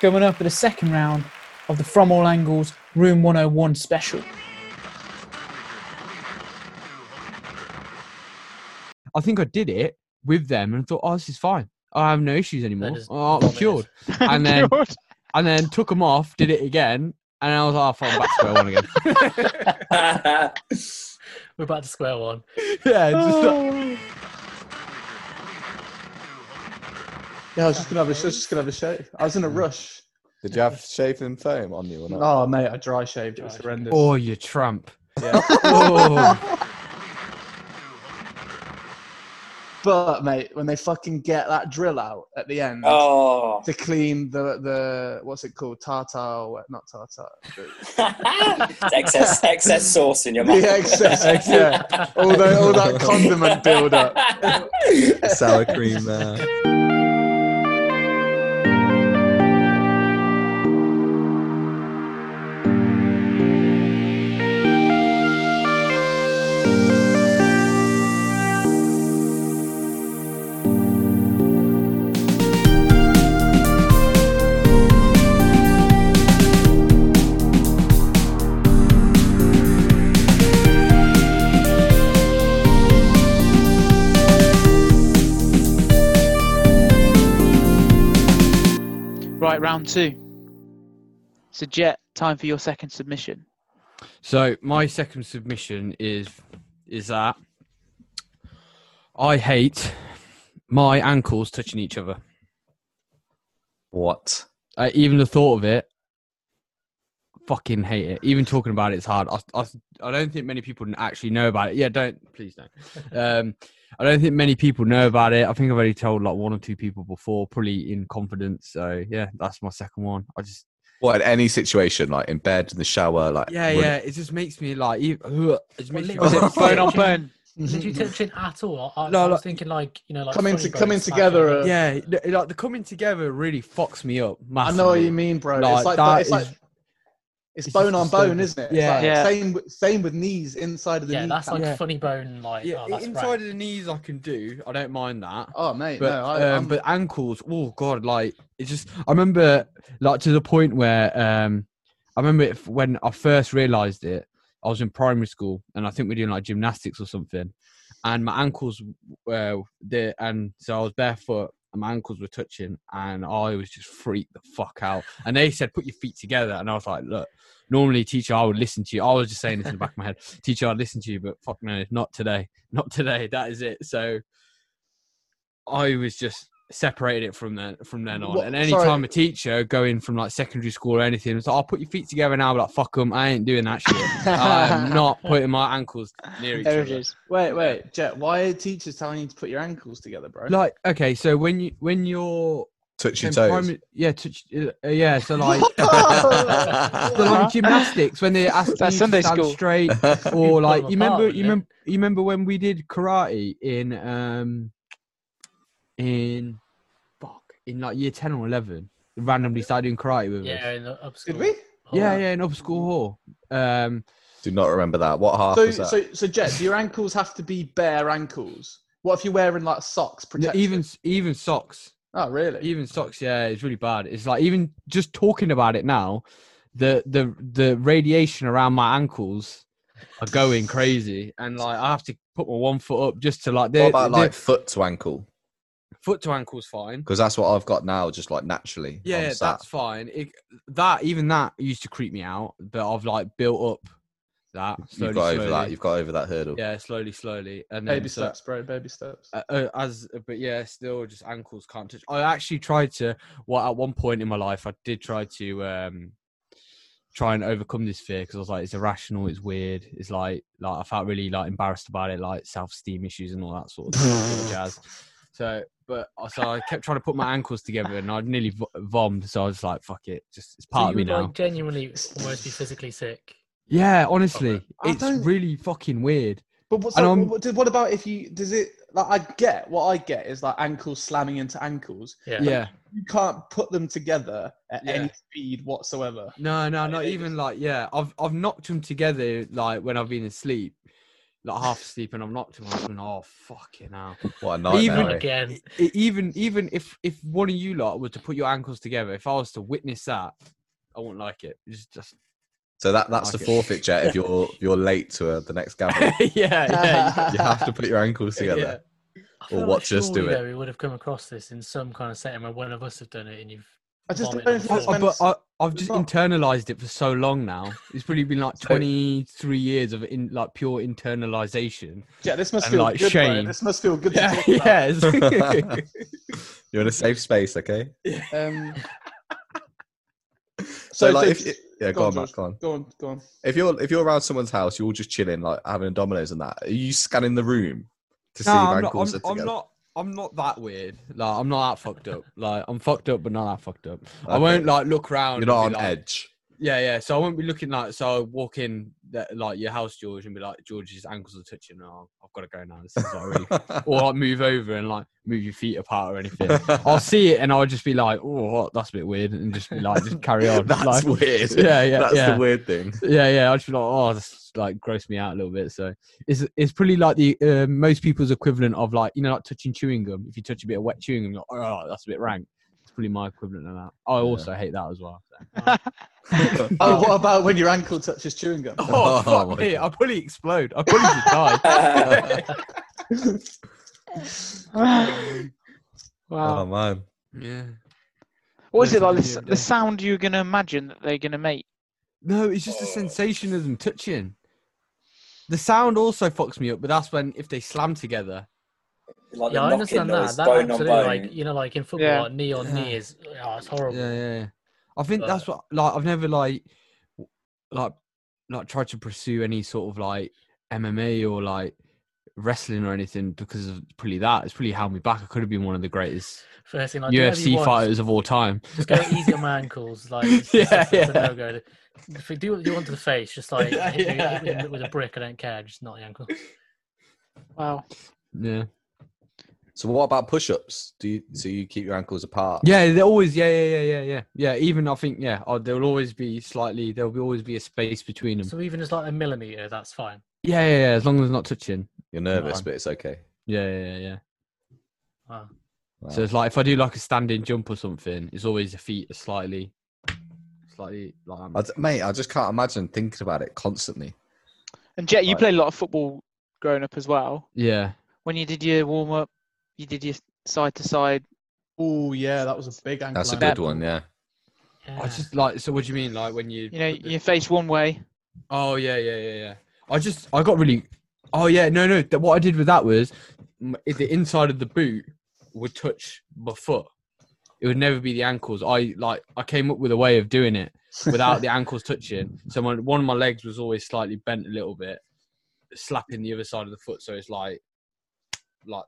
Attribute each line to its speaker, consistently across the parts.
Speaker 1: Coming up at the second round of the From All Angles Room 101 special.
Speaker 2: I think I did it with them and thought, oh, this is fine. I have no issues anymore.
Speaker 3: is
Speaker 2: Oh, I'm
Speaker 3: vomit.
Speaker 2: cured. And then, and then took them off, did it again, and I was like, oh, fuck, I'm back to square one again.
Speaker 3: We're back to square one.
Speaker 2: yeah, just
Speaker 4: Yeah, I was just gonna have a, I was just gonna have a shave. I was in a rush.
Speaker 5: Did you have shaving foam on you or not?
Speaker 4: Oh mate, I dry shaved. It was
Speaker 3: Dry
Speaker 4: horrendous.
Speaker 2: oh, you tramp.
Speaker 4: Yeah.
Speaker 2: Oh,
Speaker 4: But mate, when they fucking get that drill out at the end
Speaker 6: oh.
Speaker 4: to clean the the what's it called tartar, or what- not tartar, the-
Speaker 6: It's excess, excess sauce in your mouth.
Speaker 4: the excess, yeah, all that all that condiment build up.
Speaker 5: Sour cream uh, there.
Speaker 1: Right, round two. So, Jet, time for your second submission.
Speaker 2: So my second submission is is that I hate my ankles touching each other.
Speaker 5: What?
Speaker 2: Uh, even the thought of it, fucking hate it. Even talking about it's hard. I, I, I don't think many people actually know about it. Yeah, don't please don't. Um, I don't think many people know about it. I think I've already told like one or two people before, probably in confidence. So yeah, that's my second one. I just
Speaker 5: What in any situation, like in bed, in the shower, like
Speaker 2: yeah
Speaker 5: would-
Speaker 2: yeah. It just makes me like e- it just makes me
Speaker 3: Was it
Speaker 1: Bone on bone.
Speaker 3: Did you tension at all? I,
Speaker 2: No,
Speaker 3: I was
Speaker 2: like-
Speaker 3: thinking like you know like
Speaker 4: Coming
Speaker 3: funny
Speaker 4: to-
Speaker 3: bone
Speaker 4: coming
Speaker 3: smack
Speaker 4: together,
Speaker 3: and-
Speaker 4: uh,
Speaker 2: Yeah, th- like the coming together really fucks me up.
Speaker 4: I
Speaker 2: Massively.
Speaker 4: know what you mean, bro.
Speaker 2: Like,
Speaker 4: it's like
Speaker 2: that
Speaker 4: it's like
Speaker 2: is-
Speaker 4: it's,
Speaker 2: it's
Speaker 4: bone
Speaker 2: just
Speaker 4: on bone,
Speaker 2: disturbing.
Speaker 4: isn't it? It's
Speaker 2: Yeah.
Speaker 4: like
Speaker 1: Yeah.
Speaker 4: Same with- same with knees inside of the
Speaker 3: yeah,
Speaker 4: knee.
Speaker 3: that's like
Speaker 2: Yeah.
Speaker 3: funny bone like
Speaker 2: Yeah,
Speaker 3: oh, that's
Speaker 2: inside
Speaker 3: rank.
Speaker 2: of the knees I can do. I don't mind that.
Speaker 4: oh mate,
Speaker 2: But
Speaker 4: no, I,
Speaker 2: um,
Speaker 4: um,
Speaker 2: but ankles, oh god, like it's just. I remember like to the point where um, I remember it, f- when I first realised it. I was in primary school, and I think we are doing like gymnastics or something, and my ankles were there, and so I was barefoot. And my ankles were touching, and I was just freaked the fuck out. And they said, "Put your feet together," and I was like, "Look, normally, teacher, I would listen to you. I was just saying this in the back of my head, teacher, I'd listen to you, but fuck no, not today, not today. That is it." So, I was just separated it from then from then on.
Speaker 4: What-
Speaker 2: and any
Speaker 4: sorry.
Speaker 2: time a teacher going from like secondary school or anything, it's like, I'll put your feet together now. But like, fuck them, I ain't doing that shit. I'm not putting my ankles near each
Speaker 1: There it
Speaker 2: other.
Speaker 1: is.
Speaker 4: wait, wait, Jet, why are teachers telling you to put your ankles together, bro?
Speaker 2: Like, okay, so when you when you're
Speaker 5: touch your
Speaker 2: in
Speaker 5: toes.
Speaker 2: primary- yeah, touch, uh, yeah, so like. So
Speaker 1: Huh?
Speaker 2: like gymnastics when they asked
Speaker 1: That's
Speaker 2: you
Speaker 1: Sunday
Speaker 2: to stand
Speaker 1: school.
Speaker 2: straight
Speaker 3: You
Speaker 2: or
Speaker 3: pull
Speaker 2: like
Speaker 3: them
Speaker 2: you remember
Speaker 3: apart,
Speaker 2: you
Speaker 3: innit?
Speaker 2: remember you remember when we did karate in um in fuck in like year 10 or 11 randomly started doing karate with us
Speaker 3: yeah in the Oh, obschool
Speaker 4: Did we?
Speaker 3: hall.
Speaker 2: yeah yeah in upper school hall um
Speaker 5: Do not remember that. What half
Speaker 4: So,
Speaker 5: was that?
Speaker 4: so, so, Jet, do your ankles have to be bare ankles? What if you're wearing like socks?
Speaker 2: no,
Speaker 4: Protection?
Speaker 2: even even socks
Speaker 4: oh, really?
Speaker 2: even socks yeah it's really bad it's like even just talking about it now the the the radiation around my ankles are going crazy and like i have to put my one foot up just to like
Speaker 5: what
Speaker 2: they're,
Speaker 5: about
Speaker 2: they're-
Speaker 5: like foot to ankle?
Speaker 2: foot to ankle's fine
Speaker 5: Because that's what I've got now, just like naturally.
Speaker 2: Yeah,
Speaker 5: on
Speaker 2: yeah,
Speaker 5: sat.
Speaker 2: that's fine. It, that even that used to creep me out, but I've like built up that slowly,
Speaker 5: You've got over
Speaker 2: slowly.
Speaker 5: that. You've got over that hurdle.
Speaker 2: yeah, slowly, slowly, and then
Speaker 4: baby
Speaker 2: so-
Speaker 4: steps, bro. Baby steps.
Speaker 2: uh, uh, as but yeah, still just ankles can't touch. I actually tried to. Well, at one point in my life, I did try to um try and overcome this fear because I was like, it's irrational, it's weird, it's like like I felt really like embarrassed about it, like self esteem issues and all that sort of stuff, jazz. So, but I- so I kept trying to put my ankles together, and I nearly v- vommed. So I was like, fuck it, just it's part
Speaker 3: so
Speaker 2: of
Speaker 3: you
Speaker 2: me
Speaker 3: would
Speaker 2: now.
Speaker 3: like genuinely almost be physically sick
Speaker 2: yeah, honestly,
Speaker 4: I
Speaker 2: it's
Speaker 4: don't-
Speaker 2: really fucking weird.
Speaker 4: But what's
Speaker 2: And
Speaker 4: so,
Speaker 2: I'm-
Speaker 4: what, what about if you? Does it? Like, I get what I get is like ankles slamming into ankles.
Speaker 3: yeah
Speaker 2: Yeah.
Speaker 4: You can't put them together at
Speaker 2: Yeah.
Speaker 4: any speed whatsoever.
Speaker 2: No, no,
Speaker 4: Like,
Speaker 2: not
Speaker 4: they
Speaker 2: even
Speaker 4: just-
Speaker 2: like yeah. I've I've knocked them together like when I've been asleep, like half asleep and I'm knocked to my husband. Oh fucking hell!
Speaker 5: What a
Speaker 2: Even-
Speaker 5: nightmare. eh?
Speaker 3: Again,
Speaker 2: E- even even if if one of you lot were to put your ankles together, if I was to witness that, I wouldn't like it. It's just
Speaker 5: So that, that's the
Speaker 2: Okay.
Speaker 5: forfeit, Jet, if you're you're late to uh, the next gathering.
Speaker 2: yeah, yeah,
Speaker 5: you have to put your ankles together.
Speaker 3: I
Speaker 5: Or
Speaker 3: feel
Speaker 5: watch us
Speaker 3: surely,
Speaker 5: do it.
Speaker 3: though, we would have come across this in some kind of setting where one of us have done it, and you've
Speaker 4: I just
Speaker 3: Vomit
Speaker 4: don't think
Speaker 3: on
Speaker 4: it's
Speaker 3: the
Speaker 2: I-
Speaker 4: meant.
Speaker 2: but I, I've just
Speaker 4: Well-
Speaker 2: internalized it for so long now. It's probably been like
Speaker 5: So-
Speaker 2: 23 years of in like pure internalization.
Speaker 4: yeah, this must
Speaker 2: and,
Speaker 4: feel
Speaker 2: like,
Speaker 4: good. bro.
Speaker 2: shame.
Speaker 4: This must feel good. To talk about.
Speaker 2: yes.
Speaker 5: You're in a safe space, okay?
Speaker 4: Um,
Speaker 5: So,
Speaker 4: so,
Speaker 5: like,
Speaker 4: so
Speaker 5: if you, yeah, go,
Speaker 4: go on,
Speaker 5: on,
Speaker 4: George.
Speaker 5: Matt, go on.
Speaker 4: go on, go on.
Speaker 5: If you're if you're around someone's house, you're all just chilling, like having a dominoes and that. Are you scanning the room
Speaker 2: No,
Speaker 5: to see if
Speaker 2: I'm not,
Speaker 5: ankles
Speaker 2: I'm,
Speaker 5: are
Speaker 2: I'm
Speaker 5: together?
Speaker 2: not. I'm not that weird. Like I'm not that fucked up. Like I'm fucked up, but not that fucked up. I
Speaker 5: Okay.
Speaker 2: won't like look around. and
Speaker 5: You're not
Speaker 2: be
Speaker 5: on
Speaker 2: like-
Speaker 5: edge.
Speaker 2: Yeah, yeah. So I won't be looking like. So I walk in that, like your house, George, and be like, George's ankles are touching. Oh, I've got to go now. This is like, really or like move over and like move your feet apart or anything. I'll see it and I'll just be like, oh, what? that's a bit weird, and just be like, just carry on.
Speaker 5: That's
Speaker 2: like,
Speaker 5: weird.
Speaker 2: Yeah, yeah,
Speaker 5: That's
Speaker 2: yeah.
Speaker 5: the weird thing.
Speaker 2: yeah, yeah. I just be like, oh, this like grossed me out a little bit. So it's it's probably like the uh, most people's equivalent of like you know like touching chewing gum. If you touch a bit of wet chewing gum, you're like, oh, that's a bit rank. It's probably my equivalent of that. I also hate that as well. so.
Speaker 4: Oh, what about when your ankle touches chewing gum?
Speaker 2: Oh,
Speaker 5: Oh,
Speaker 2: fuck
Speaker 5: my
Speaker 2: me! I probably explode. I probably just die.
Speaker 5: Oh
Speaker 2: Oh.
Speaker 1: wow.
Speaker 5: man.
Speaker 2: Yeah.
Speaker 1: What is it like?
Speaker 2: Definitely
Speaker 1: The,
Speaker 2: a
Speaker 1: the
Speaker 2: day.
Speaker 1: sound you're gonna imagine that they're gonna make.
Speaker 2: No, it's just the sensation of them touching. The sound also fucks me up, but that's when if they slam together.
Speaker 6: like
Speaker 3: yeah,
Speaker 6: the
Speaker 3: I
Speaker 6: knocking
Speaker 3: understand
Speaker 6: noise,
Speaker 3: that. That
Speaker 6: bone on
Speaker 3: absolutely,
Speaker 6: bone.
Speaker 3: like you know, like in football,
Speaker 1: Yeah.
Speaker 3: like, knee on knee is oh, it's horrible.
Speaker 2: Yeah, yeah, yeah. I think
Speaker 3: But-
Speaker 2: that's what like I've never like w- like like tried to pursue any sort of like MMA or like wrestling or anything because of probably that. It's probably held me back. I could have been one of the greatest
Speaker 3: First thing, like do whatever you
Speaker 2: UFC
Speaker 3: want,
Speaker 2: fighters of all time.
Speaker 3: Just go easy on my ankles. Like it's,
Speaker 2: Yeah,
Speaker 3: yeah, that's, that's
Speaker 2: yeah.
Speaker 3: a no go. If you do what you want to the face, just like
Speaker 2: Yeah,
Speaker 3: hit me-
Speaker 2: yeah,
Speaker 3: hit me
Speaker 2: yeah.
Speaker 3: with a brick, I don't care. Just not the ankle.
Speaker 1: Wow.
Speaker 2: Yeah.
Speaker 5: So what about push-ups? Do you so you keep your ankles apart?
Speaker 2: Yeah, they always. Yeah, yeah, yeah, yeah, yeah. Yeah, even I think. Yeah, oh, there will always be slightly. There will be always be a space between them.
Speaker 3: So even just like a millimeter, that's fine.
Speaker 2: Yeah, yeah, yeah. As long as it's not touching.
Speaker 5: You're nervous,
Speaker 2: No.
Speaker 5: but it's okay.
Speaker 2: Yeah, yeah, yeah, yeah.
Speaker 3: Wow.
Speaker 5: Wow.
Speaker 2: So it's like if I do like a standing jump or something, it's always the feet are slightly, slightly like.
Speaker 5: I d- mate, I just can't imagine thinking about it constantly.
Speaker 1: And Jet, you
Speaker 5: Right.
Speaker 1: played a lot of football growing up as well.
Speaker 2: yeah,
Speaker 1: When you did your warm up, you did your side to side.
Speaker 4: Oh yeah, that was a big ankle.
Speaker 5: That's a
Speaker 4: ankle.
Speaker 5: good one, yeah.
Speaker 3: Yeah.
Speaker 2: I just like. So what do you mean, like when you?
Speaker 1: You know,
Speaker 2: put the-
Speaker 1: your face one way.
Speaker 2: Oh yeah, yeah, yeah, yeah. I just I got really. Oh yeah, no, no. th- What I did with that was, m- i- the inside of the boot would touch my foot. It would never be the ankles. I like I came up with a way of doing it without the ankles touching. So my, one of my legs was always slightly bent a little bit, slapping the other side of the foot. So it's like, like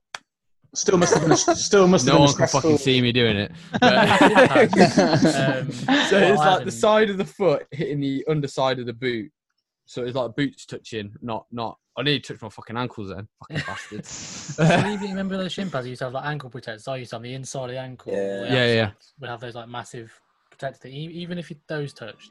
Speaker 4: Still must have been. A, still must have
Speaker 2: no
Speaker 4: been.
Speaker 2: one can fucking see me doing it. But-
Speaker 4: fucking.
Speaker 3: Um,
Speaker 2: So
Speaker 3: what
Speaker 2: it's
Speaker 3: I
Speaker 2: like the
Speaker 3: haven't-
Speaker 2: side of the foot hitting the underside of the boot. So it's like boots touching, not not. I nearly touched my fucking ankles then, fucking bastards.
Speaker 3: So you remember those shin pads? You used to have like ankle protectors. I used to have the inside of the ankle.
Speaker 6: Yeah.
Speaker 3: the
Speaker 2: Yeah, yeah.
Speaker 3: outside Would have those like massive protectors. that e- Even if it- those touched,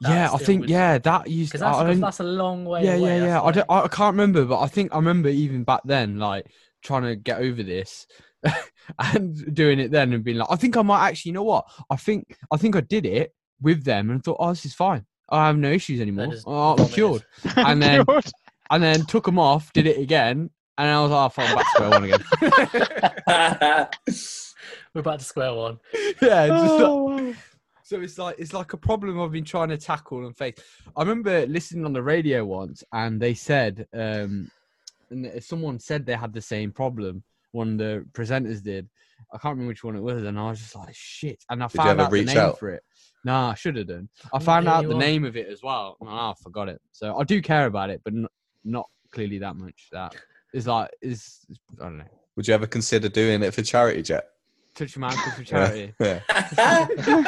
Speaker 2: yeah, I
Speaker 3: still
Speaker 2: think
Speaker 3: would-
Speaker 2: yeah that used.
Speaker 3: because
Speaker 2: I
Speaker 3: that's, 'cause
Speaker 2: don't-
Speaker 3: that's a long way.
Speaker 2: yeah,
Speaker 3: away.
Speaker 2: yeah,
Speaker 3: that's
Speaker 2: yeah. I
Speaker 3: like-
Speaker 2: don't, I can't remember, but I think I remember even back then, like trying to get over this and doing it then and being like, I think I might actually. You know what? I think I think I did it with them and thought, oh, this is fine. I have no issues anymore.
Speaker 3: just
Speaker 2: Oh, I'm
Speaker 3: vomited.
Speaker 2: cured. And then- and then took them off, did it again, and I was like, oh, fuck, I'm back to square one again.
Speaker 3: We're back to square one.
Speaker 2: yeah, it's just like-
Speaker 1: Oh, wow.
Speaker 2: so it's like it's like a problem I've been trying to tackle and face. I remember listening on the radio once, and they said, um, and th- someone said they had the same problem. One of the presenters did. I can't remember which one it was, and I was just like, shit. And I
Speaker 5: Did you
Speaker 2: found
Speaker 5: ever
Speaker 2: out the
Speaker 5: reach
Speaker 2: name
Speaker 5: out?
Speaker 2: for it. Nah, I should have done. I
Speaker 3: Mm,
Speaker 2: found
Speaker 3: yeah,
Speaker 2: out
Speaker 3: you
Speaker 2: the
Speaker 3: are.
Speaker 2: name of it as well, and I forgot it. So I do care about it, but n- not clearly that much. That is like is I don't know.
Speaker 5: Would you ever consider doing it for charity, Jet?
Speaker 2: touch your ankles for
Speaker 5: Yeah.
Speaker 2: charity.
Speaker 5: Yeah.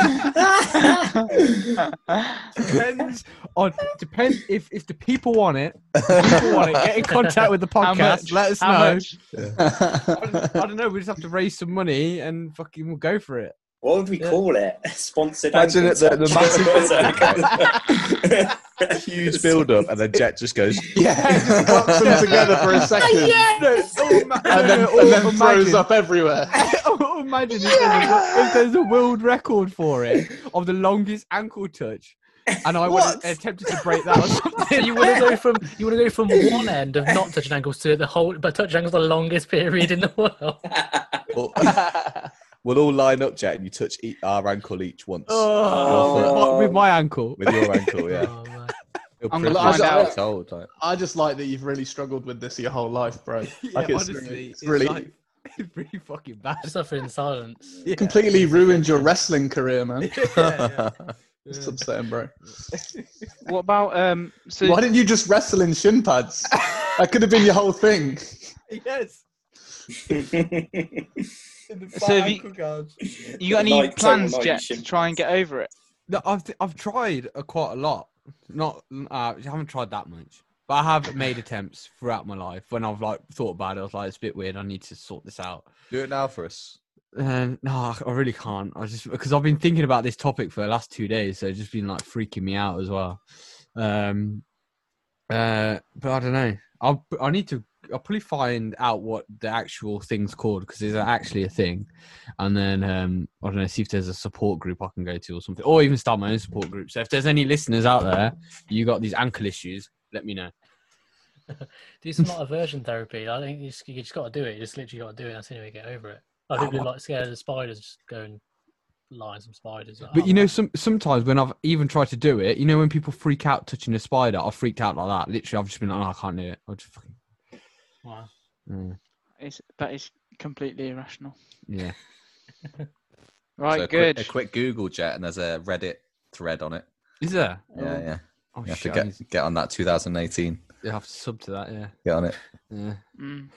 Speaker 2: depends on depends if if the people want it, people want it. Get in contact with the
Speaker 1: How
Speaker 2: podcast.
Speaker 1: much?
Speaker 2: Let us
Speaker 1: How
Speaker 2: know.
Speaker 1: much?
Speaker 2: I don't, I don't know. We just have to raise some money and fucking we'll go for it.
Speaker 6: What would we call it? Sponsored.
Speaker 5: Imagine it, the, the
Speaker 6: massive.
Speaker 5: massive huge build up and then Jet just goes
Speaker 4: Yeah, clumps them together for a second. And then, and then throws up everywhere.
Speaker 2: Oh, imagine if there's a- if there's a world record for it of the longest ankle touch, and I was
Speaker 4: What?
Speaker 2: attempted to break that or something.
Speaker 3: you want to go from you want to go from one end of not touching ankles to the whole, but touching ankles the longest period in the world.
Speaker 5: we'll, we'll all line up Jet and you touch each, our ankle each once
Speaker 2: Oh, with my ankle.
Speaker 5: with your ankle yeah
Speaker 3: Oh, man.
Speaker 5: You're
Speaker 4: I'm gonna
Speaker 5: privileged
Speaker 4: find
Speaker 5: to be told, like,
Speaker 4: I just like that you've really struggled with this your whole life, bro.
Speaker 2: Yeah,
Speaker 4: Like it's,
Speaker 2: honestly,
Speaker 4: it's really
Speaker 2: like- it's really fucking bad.
Speaker 3: Suffer in silence.
Speaker 2: Yeah.
Speaker 4: completely ruined your wrestling career, man.
Speaker 2: Yeah,
Speaker 4: It's upsetting, bro.
Speaker 7: What about um? So
Speaker 4: Why didn't you just wrestle in shin pads? That could have been your whole thing.
Speaker 2: yeah. yes.
Speaker 7: So have you- you got any
Speaker 6: Like, total
Speaker 7: plans
Speaker 6: like
Speaker 7: yet to
Speaker 6: shit.
Speaker 7: try and get over it?
Speaker 2: No, I've I've tried uh, quite a lot. Not uh, I haven't tried that much, but I have made attempts throughout my life. When I've like thought about it, I was like, it's a bit weird. I need to sort this out.
Speaker 5: do it now for us
Speaker 2: Um, no, I- I really can't. I just because I've been thinking about this topic for the last two days, so it's just been like freaking me out as well. Um, uh, but I don't know. I'll I need to. I'll probably find out what the actual thing's called because it's actually a thing, and then um, I don't know. See if there's a support group I can go to or something, or even start my own support group. So if there's any listeners out there, you got these ankle issues, let me know.
Speaker 3: Do some like aversion therapy. I think you just, you just got to do it. You just literally got to do it. That's the only way to get over it. I think
Speaker 2: Oh,
Speaker 3: people are like scared of spiders. Just go and lie on some spiders. Like,
Speaker 2: But
Speaker 3: oh,
Speaker 2: you know,
Speaker 3: man.
Speaker 2: some sometimes when I've even tried to do it, you know, when people freak out touching a spider, I've freaked out like that. Literally, I've just been like, oh, I can't do it. I'll just fucking,
Speaker 3: Wow.
Speaker 2: mm,
Speaker 7: It's, that is completely irrational.
Speaker 2: yeah.
Speaker 7: Right,
Speaker 5: So a quick-
Speaker 7: good.
Speaker 5: a quick Google Jet and there's a Reddit thread on it
Speaker 2: Is there?
Speaker 5: yeah yeah
Speaker 2: Oh,
Speaker 5: you have to
Speaker 2: shit. I need
Speaker 5: get, get on that 2018
Speaker 2: to- I have to sub to that, yeah.
Speaker 5: get on it
Speaker 2: yeah.
Speaker 7: Mm.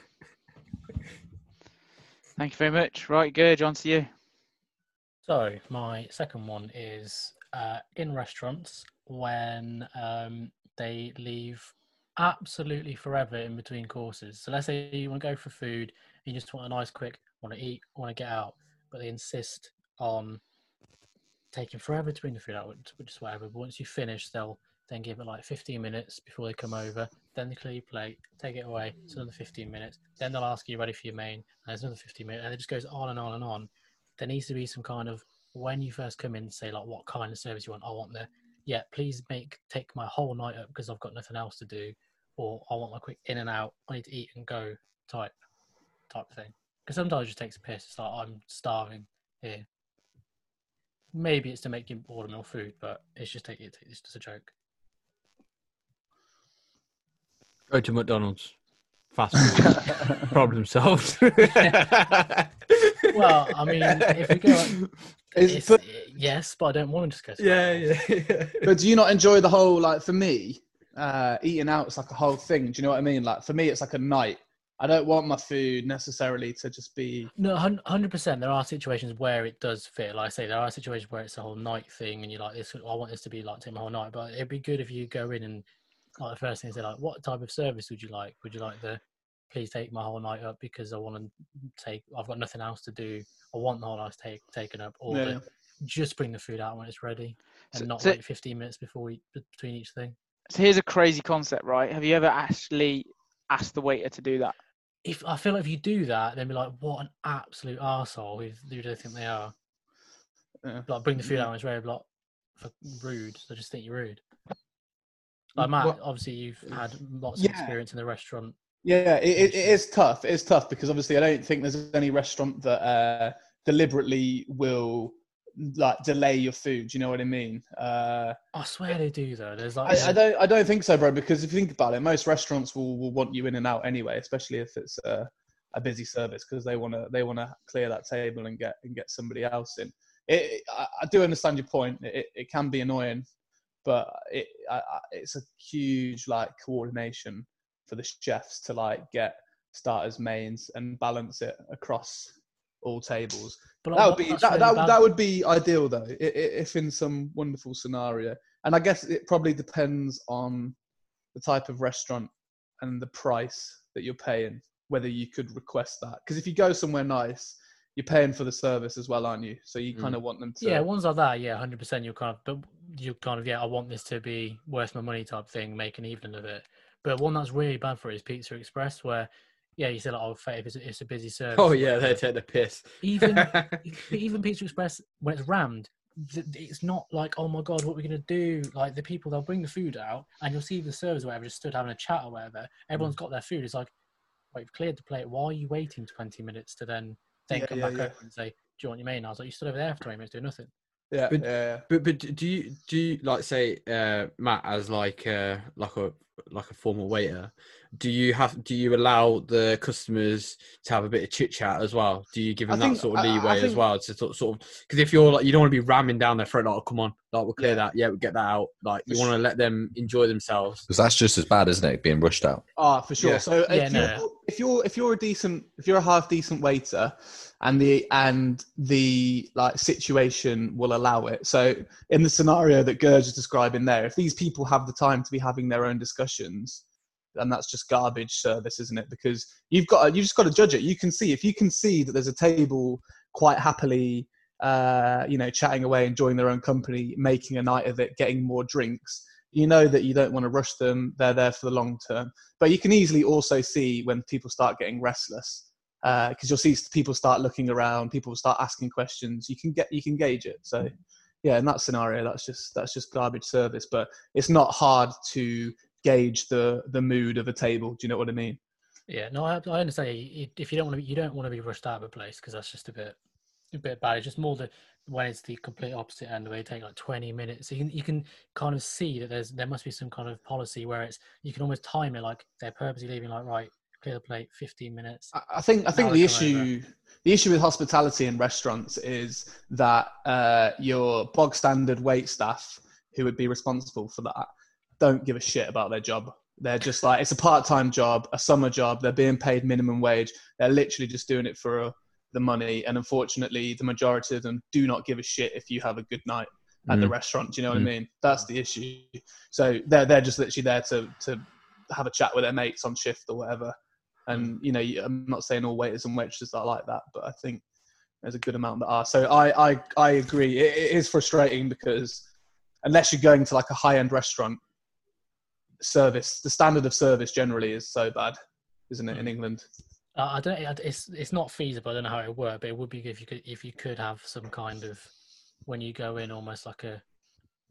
Speaker 7: Thank you very much. Right, good. On to you.
Speaker 3: So my second one is uh, in restaurants when um, they leave absolutely forever in between courses. So let's say you want to go for food, you just want a nice quick, want to eat, want to get out, but they insist on taking forever between the food out, which, which is whatever. But once you finish, they'll then give it like 15 minutes before they come over. Then they clear your plate, take it away. It's another 15 minutes. Then they'll ask you ready for your main, and there's another 15 minutes, and it just goes on and on and on. There needs to be some kind of when you first come in, say like what kind of service you want. I want the yeah, please make take my whole night up because I've got nothing else to do, or I want my quick in and out. I need to eat and go type type thing. Because sometimes it just takes a piss. It's like I'm starving here. Maybe it's to make you order more food, but it's just take it. It's just a joke.
Speaker 2: Go to McDonald's. Fast food. Problem solved. yeah,
Speaker 3: Well, I mean, if we go,
Speaker 4: Is,
Speaker 3: it's,
Speaker 4: but,
Speaker 3: yes, but I don't want to just go. To McDonald's.
Speaker 2: yeah.
Speaker 4: but do you not enjoy the whole, like, for me, uh, eating out is like a whole thing. Do you know what I mean? Like, for me, it's like a night. I don't want my food necessarily to just be.
Speaker 3: No, hun- hundred percent. There are situations where it does fit. Like I say, there are situations where it's a whole night thing, and you're like, "This, I want this to be like take my whole night." But it'd be good if you go in and like the first thing is they're like, "What type of service would you like? Would you like the please take my whole night up because I want to take. I've got nothing else to do. I want the whole night take taken up, or
Speaker 4: Yeah.
Speaker 3: the, just bring the food out when it's ready and
Speaker 7: So-
Speaker 3: not
Speaker 7: so-
Speaker 3: wait fifteen minutes before we, be- between each thing."
Speaker 7: So here's a crazy concept, right? Have you ever actually asked the waiter to do that?
Speaker 3: If I feel like if you do that, then be like, "What an absolute arsehole who, who do they think they are?"
Speaker 4: Yeah.
Speaker 3: like bring the food
Speaker 4: Mm.
Speaker 3: out and it's very like for rude. They just think you're rude. Like Matt,
Speaker 2: Well-
Speaker 3: obviously you've had lots
Speaker 4: Yeah.
Speaker 3: of experience in the restaurant.
Speaker 4: Yeah, it, it, it is tough. It is tough because obviously I don't think there's any restaurant that uh, deliberately will like delay your food. Do you know what I mean? Uh,
Speaker 3: I swear they do though. There's like
Speaker 4: I, I don't. I don't think so, bro. Because if you think about it, most restaurants will, will want you in and out anyway, especially if it's a, a busy service, because they want to they want to clear that table and get and get somebody else in. It, I, I do understand your point. It, it- it can be annoying, but it I, I, it's a huge like coordination for the chefs to like get starters, mains, and balance it across all tables.
Speaker 3: but
Speaker 4: That
Speaker 3: like,
Speaker 4: would be
Speaker 3: that's
Speaker 4: that,
Speaker 3: where the
Speaker 4: that, would-
Speaker 3: bad-
Speaker 4: that would be ideal though, i- i- if in some wonderful scenario. And I guess it probably depends on the type of restaurant and the price that you're paying, whether you could request that. Because if you go somewhere nice you're paying for the service as well, aren't you? So you kind of want them to.
Speaker 3: yeah, ones like that. Yeah, hundred percent. You kind of, but you kind of, yeah, I want this to be worth my money type thing. Make an evening of it. But one that's really bad for it is Pizza Express, where yeah, you say like, oh, fate, it's, a- it's a busy service.
Speaker 8: Oh yeah, they take the piss.
Speaker 3: even but even Pizza Express when it's rammed, th- it's not like oh my god, what we're gonna do? Like the people they'll bring the food out, and you'll see the servers or whatever just stood having a chat or whatever. Everyone's
Speaker 4: Mm.
Speaker 3: got their food. It's like, well, you've cleared the plate. Why are you waiting twenty minutes to then then
Speaker 4: Yeah,
Speaker 3: come
Speaker 4: yeah,
Speaker 3: back
Speaker 4: yeah.
Speaker 3: over and say, do you want your main? I was like, you stood over there for twenty minutes doing nothing.
Speaker 4: yeah, yeah,
Speaker 2: But-
Speaker 4: yeah.
Speaker 2: But but do you do you like say uh, Matt as like uh, like a like a formal waiter? Do you have do you allow the customers to have a bit of chit chat as well? Do you give
Speaker 4: I
Speaker 2: them
Speaker 4: think-
Speaker 2: that sort of
Speaker 4: I- I
Speaker 2: leeway as
Speaker 4: think-
Speaker 2: well to sort sort of because if you're like you don't want to be ramming down their throat like oh, come on like we'll clear
Speaker 4: Yeah.
Speaker 2: that yeah we'll get that out like you
Speaker 4: For
Speaker 2: want to let them enjoy themselves.
Speaker 5: Because that's just as bad, isn't it? Being rushed out.
Speaker 4: Ah, for sure.
Speaker 2: Yeah.
Speaker 4: So if,
Speaker 3: Yeah,
Speaker 4: you're,
Speaker 3: no.
Speaker 4: if you're if you're a decent if you're a half decent waiter, and the and the like situation will allow it. So in the scenario that Gerge is describing there, if these people have the time to be having their own discussions, then that's just garbage service, isn't it? Because you've got you just got to judge it. You can see if you can see that there's a table quite happily. Uh, you know, chatting away, enjoying their own company, making a night of it, getting more drinks. You know that you don't want to rush them. They're there for the long term but you can easily also see when people start getting restless because you'll see people start looking around people start asking questions you can get you can gauge it so yeah in that scenario that's just that's just garbage service but it's not hard to gauge the the mood of a table do you know what i mean
Speaker 3: Yeah, no, I, I understand. yeah, i- If you don't want to, you don't want to be rushed out of a place because that's just a bit, a bit bad. It's just more the when it's the complete opposite end, where you take like twenty minutes. So you can, you can kind of see that there's there must be some kind of policy where it's you can almost time it like they're purposely leaving like right clear the plate fifteen minutes.
Speaker 4: I- I think I think
Speaker 3: Now
Speaker 4: the
Speaker 3: it's come over.
Speaker 4: issue the issue with hospitality and restaurants is that uh, your bog standard wait staff who would be responsible for that don't give a shit about their job. They're just like it's a part time job, a summer job. They're being paid minimum wage. They're literally just doing it for uh, the money. And unfortunately, the majority of them do not give a shit if you have a good night at the restaurant. Do you know what
Speaker 2: Mm.
Speaker 4: I mean? That's the issue. So they're they're just literally there to to have a chat with their mates on shift or whatever. And you know, you- I'm not saying all waiters and waitresses are like that, but I think there's a good amount that are. So I I I agree. It, it is frustrating because unless you're going to like a high end restaurant, service the standard of service generally is so bad, isn't it? In England,
Speaker 3: Uh, I don't. it- It's it's not feasible. I don't know how it would work, but it would be good if you could if you could have some kind of when you go in, almost like a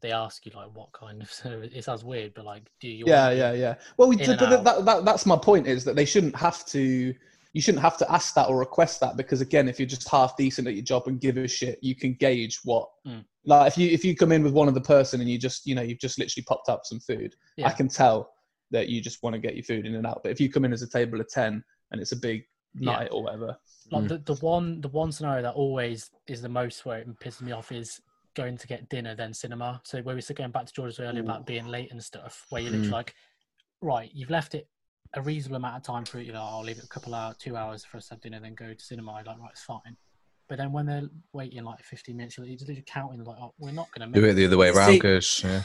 Speaker 3: they ask you like what kind of service. It sounds weird, but like do you?
Speaker 4: yeah
Speaker 3: want
Speaker 4: yeah yeah well we,
Speaker 3: In and
Speaker 4: that,
Speaker 3: out.
Speaker 4: that, that, that's my point is that they shouldn't have to you shouldn't have to ask that or request that because again if you're just half decent at your job and give a shit you can gauge what
Speaker 3: Mm.
Speaker 4: like if you if you come in with one other person and you just you know you've just literally popped up some food i
Speaker 3: Yeah.
Speaker 4: can tell that you just want to get your food in and out but if you come in as a table of 10 and it's a big
Speaker 3: Yeah.
Speaker 4: night or whatever
Speaker 3: Like the, the one the one scenario that always is the most where it pisses me off is going to get dinner then cinema. So where we were going back to George's earlier about being late and stuff, where you're literally like, right, you've left it a reasonable amount of time for it. You know, I'll leave it a couple hours, two hours for us to have dinner, then go to cinema. Like, right, it's fine. But then when they're waiting like 15 minutes, you're just literally counting like, oh, we're not going to
Speaker 5: Do it
Speaker 3: make
Speaker 5: the other way around,
Speaker 6: See-
Speaker 5: because yeah.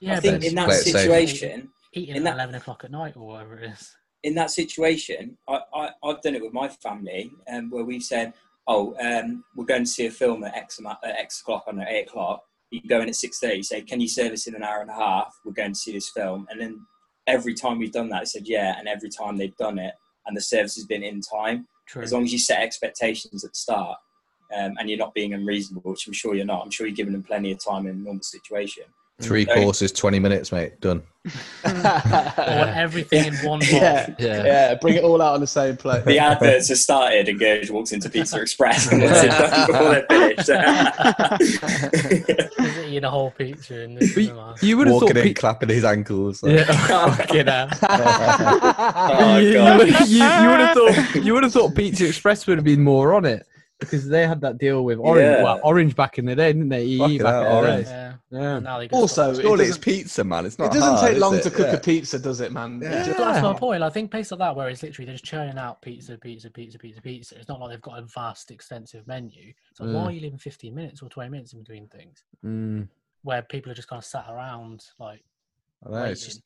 Speaker 3: Yeah,
Speaker 6: I
Speaker 3: but
Speaker 6: think
Speaker 5: it's
Speaker 6: in that
Speaker 5: quite safe.
Speaker 6: situation,
Speaker 3: eating
Speaker 6: in
Speaker 3: at
Speaker 6: that-
Speaker 3: 11 o'clock at night or whatever it is.
Speaker 6: in that situation, I, I, I've done it with my family um, where we've said, oh, um, we're going to see a film at X, amount, at X o'clock, I don't know, 8 o'clock. You go in at 6.30, you say, can you serve us in an hour and a half? We're going to see this film. And then every time we've done that, they said, yeah. And every time they've done it and the service has been in time,
Speaker 3: True.
Speaker 6: as long as you set expectations at the start um, and you're not being unreasonable, which I'm sure you're not. I'm sure you're giving them plenty of time in a normal situation.
Speaker 5: Three
Speaker 6: Don't-
Speaker 5: courses, twenty minutes, mate. Done.
Speaker 3: Hmm. I want everything in one
Speaker 4: yeah
Speaker 2: Yeah.
Speaker 4: yeah bring it all out on the same plate
Speaker 6: the adverts have started and Gerge walks into Pizza Express and wants it done before they're finished.
Speaker 3: box, eating a whole pizza in the cinema.
Speaker 2: You would have thought
Speaker 5: Walking in,
Speaker 2: pe-
Speaker 5: clapping his ankles. like-
Speaker 2: yeah fucking
Speaker 3: um,
Speaker 2: hell.
Speaker 6: oh,
Speaker 2: you,
Speaker 6: God.
Speaker 2: would have thought you would have thought Pizza Express would have been more on it because they had that deal with Orange.
Speaker 6: Yeah.
Speaker 2: Well, Orange back in the day, didn't they? EE
Speaker 5: Fucking
Speaker 2: back
Speaker 5: hell,
Speaker 2: in the day.
Speaker 5: Orange.
Speaker 3: Yeah.
Speaker 2: Yeah.
Speaker 5: Hmm.
Speaker 3: Now they can
Speaker 4: also
Speaker 3: stop.
Speaker 4: it
Speaker 5: Surely it's
Speaker 4: doesn't,
Speaker 5: pizza, man. It's not.
Speaker 4: it doesn't
Speaker 5: hard,
Speaker 4: take
Speaker 5: Uh-huh, is
Speaker 4: long
Speaker 5: it?
Speaker 4: to cook
Speaker 5: Yeah.
Speaker 4: a pizza does it man
Speaker 5: Yeah.
Speaker 4: Just-
Speaker 3: that's my point. I think places like that, where it's literally they're just churning out pizza, pizza, pizza, pizza, pizza. It's not like they've got a vast, extensive menu. So why
Speaker 2: Mm.
Speaker 5: Hmm.
Speaker 3: are you leaving 15 minutes or 20 minutes in between things,
Speaker 2: Mm.
Speaker 3: where people are just kind of sat around like
Speaker 5: I know, it's
Speaker 3: waiting?
Speaker 5: just-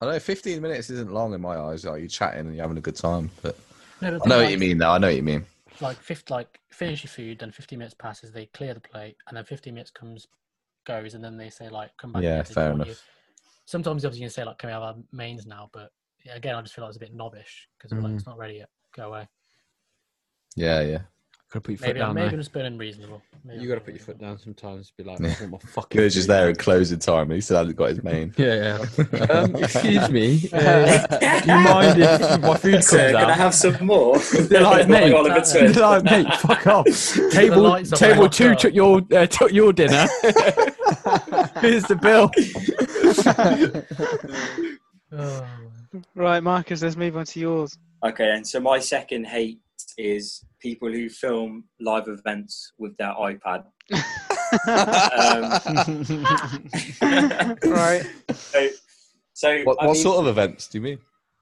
Speaker 5: I know. Fifteen minutes isn't long in my eyes. Like you're chatting and you're having a good time, but
Speaker 3: No, but
Speaker 5: I know
Speaker 3: then,
Speaker 5: what you
Speaker 3: like,
Speaker 5: mean. Though I know what you mean.
Speaker 3: like fifth, like finish your food, then 15 minutes passes, they clear the plate, and then 15 minutes comes, goes, and then they say like, come back.
Speaker 5: Yeah,
Speaker 3: later if you
Speaker 5: fair
Speaker 3: want
Speaker 5: enough.
Speaker 3: you. Sometimes obviously you can say like, can we have our mains now? But yeah, again, I just feel like it's a bit knobbish because like,
Speaker 5: Hmm.
Speaker 2: Mm.
Speaker 3: it's not ready yet. Go away.
Speaker 5: Yeah, yeah.
Speaker 2: Gotta put your foot
Speaker 3: Maybe,
Speaker 2: down,
Speaker 3: I'm- maybe I'm
Speaker 2: mate.
Speaker 3: just being unreasonable. Maybe
Speaker 2: You
Speaker 3: I'm
Speaker 2: gotta
Speaker 3: being
Speaker 2: put your foot
Speaker 3: unreasonable.
Speaker 2: down sometimes. Be like,
Speaker 5: Yeah.
Speaker 2: I want my fucking.
Speaker 5: Gurge is
Speaker 2: food
Speaker 5: there
Speaker 2: back.
Speaker 5: at closing time. He still hasn't got his main.
Speaker 2: Yeah, yeah. um, excuse me. Uh, do you mind if my food comes
Speaker 6: Sir, can I
Speaker 2: out?
Speaker 6: have some more?
Speaker 2: They're like, mate,
Speaker 6: Oliver Twist.
Speaker 2: they're like, mate, fuck off.
Speaker 3: The
Speaker 2: Table,
Speaker 3: lights are
Speaker 2: table
Speaker 3: fucked
Speaker 2: two
Speaker 3: up.
Speaker 2: took your uh, took your dinner. Here's the bill.
Speaker 7: Right, Marcus, let's move on to yours.
Speaker 6: Okay, and so my second hate is people who film live events with their iPad. Um,
Speaker 7: right.
Speaker 6: so, so
Speaker 5: What,
Speaker 6: I
Speaker 5: what
Speaker 6: mean,
Speaker 5: sort of events do you mean?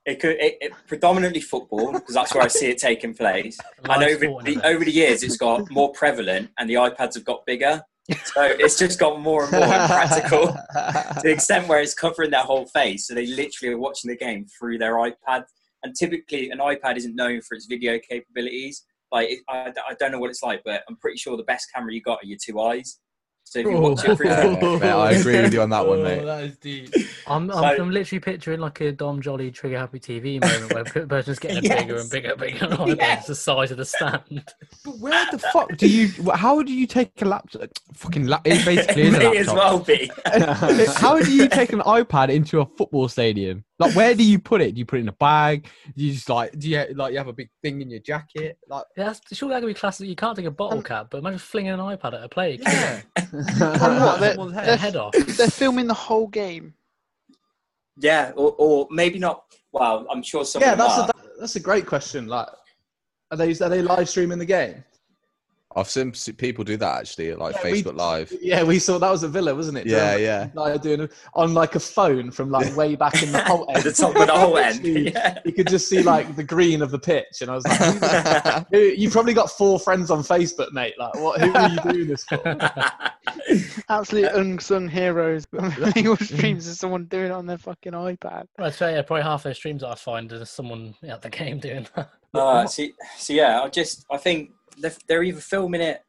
Speaker 6: It could it, it, predominantly football because that's where I see it taking place.
Speaker 3: Live
Speaker 6: And over
Speaker 3: sporting
Speaker 6: the,
Speaker 3: event.
Speaker 6: over the years, it's got more prevalent, and the iPads have got bigger. So it's just got more and more impractical to the extent where it's covering their whole face. So they literally are watching the game through their iPad. And typically, an iPad isn't known for its video capabilities. Like, it, I, I don't know what it's like, but I'm pretty sure the best camera you got are your two eyes. So if you watch it through
Speaker 5: Yeah,
Speaker 6: their,
Speaker 5: mate, I agree with you on that one, mate.
Speaker 2: Oh, that is deep.
Speaker 3: I'm, I'm,
Speaker 6: So-
Speaker 3: I'm literally picturing like a Dom Jolly Trigger Happy TV moment where p- person's getting a bigger and bigger and bigger iPad. It's the size of the stand.
Speaker 2: But where the fuck do you? wh- How do you take a laptop? Fucking lap. It basically is a
Speaker 6: may as
Speaker 2: laptop.
Speaker 6: well be.
Speaker 2: how do you take an iPad into a football stadium? Like, where do you put it? Do you put it in a bag? Do you just like? Do you like? You have a big thing in your jacket? Like,
Speaker 3: That's surely that could be classic. You can't take a bottle cap, but imagine flinging an iPad at a player. You can't
Speaker 2: yeah.
Speaker 7: what,
Speaker 3: cut
Speaker 7: they're,
Speaker 3: someone's
Speaker 7: they're-
Speaker 3: head, head off.
Speaker 7: they're filming the whole game.
Speaker 6: Yeah, or, or maybe not. Well, I'm sure some.
Speaker 4: Yeah,
Speaker 6: of them
Speaker 4: that's
Speaker 6: are.
Speaker 4: a, that, that's a great question. Like, are they are they live streaming the game?
Speaker 5: I've seen s- people do that actually, like
Speaker 4: Yeah, we-
Speaker 5: Facebook Live.
Speaker 4: Yeah, we saw that was a Villa, wasn't it?
Speaker 5: Yeah, yeah.
Speaker 4: Like doing it on like a phone from like way back in the whole end.
Speaker 6: At the top of the whole end.
Speaker 4: Literally,
Speaker 6: Yeah.
Speaker 4: You could just see like the green of the pitch, and I was like, who the- who- "You probably got four friends on Facebook, mate. Like, what? Who are you doing this for?"
Speaker 7: Absolute unsung heroes. Your streams is someone doing it on their fucking iPad.
Speaker 3: Well, I'd say yeah, probably half those streams that I find is someone at the game doing that.
Speaker 6: Uh, so, so yeah, I just I think they're, they're either filming it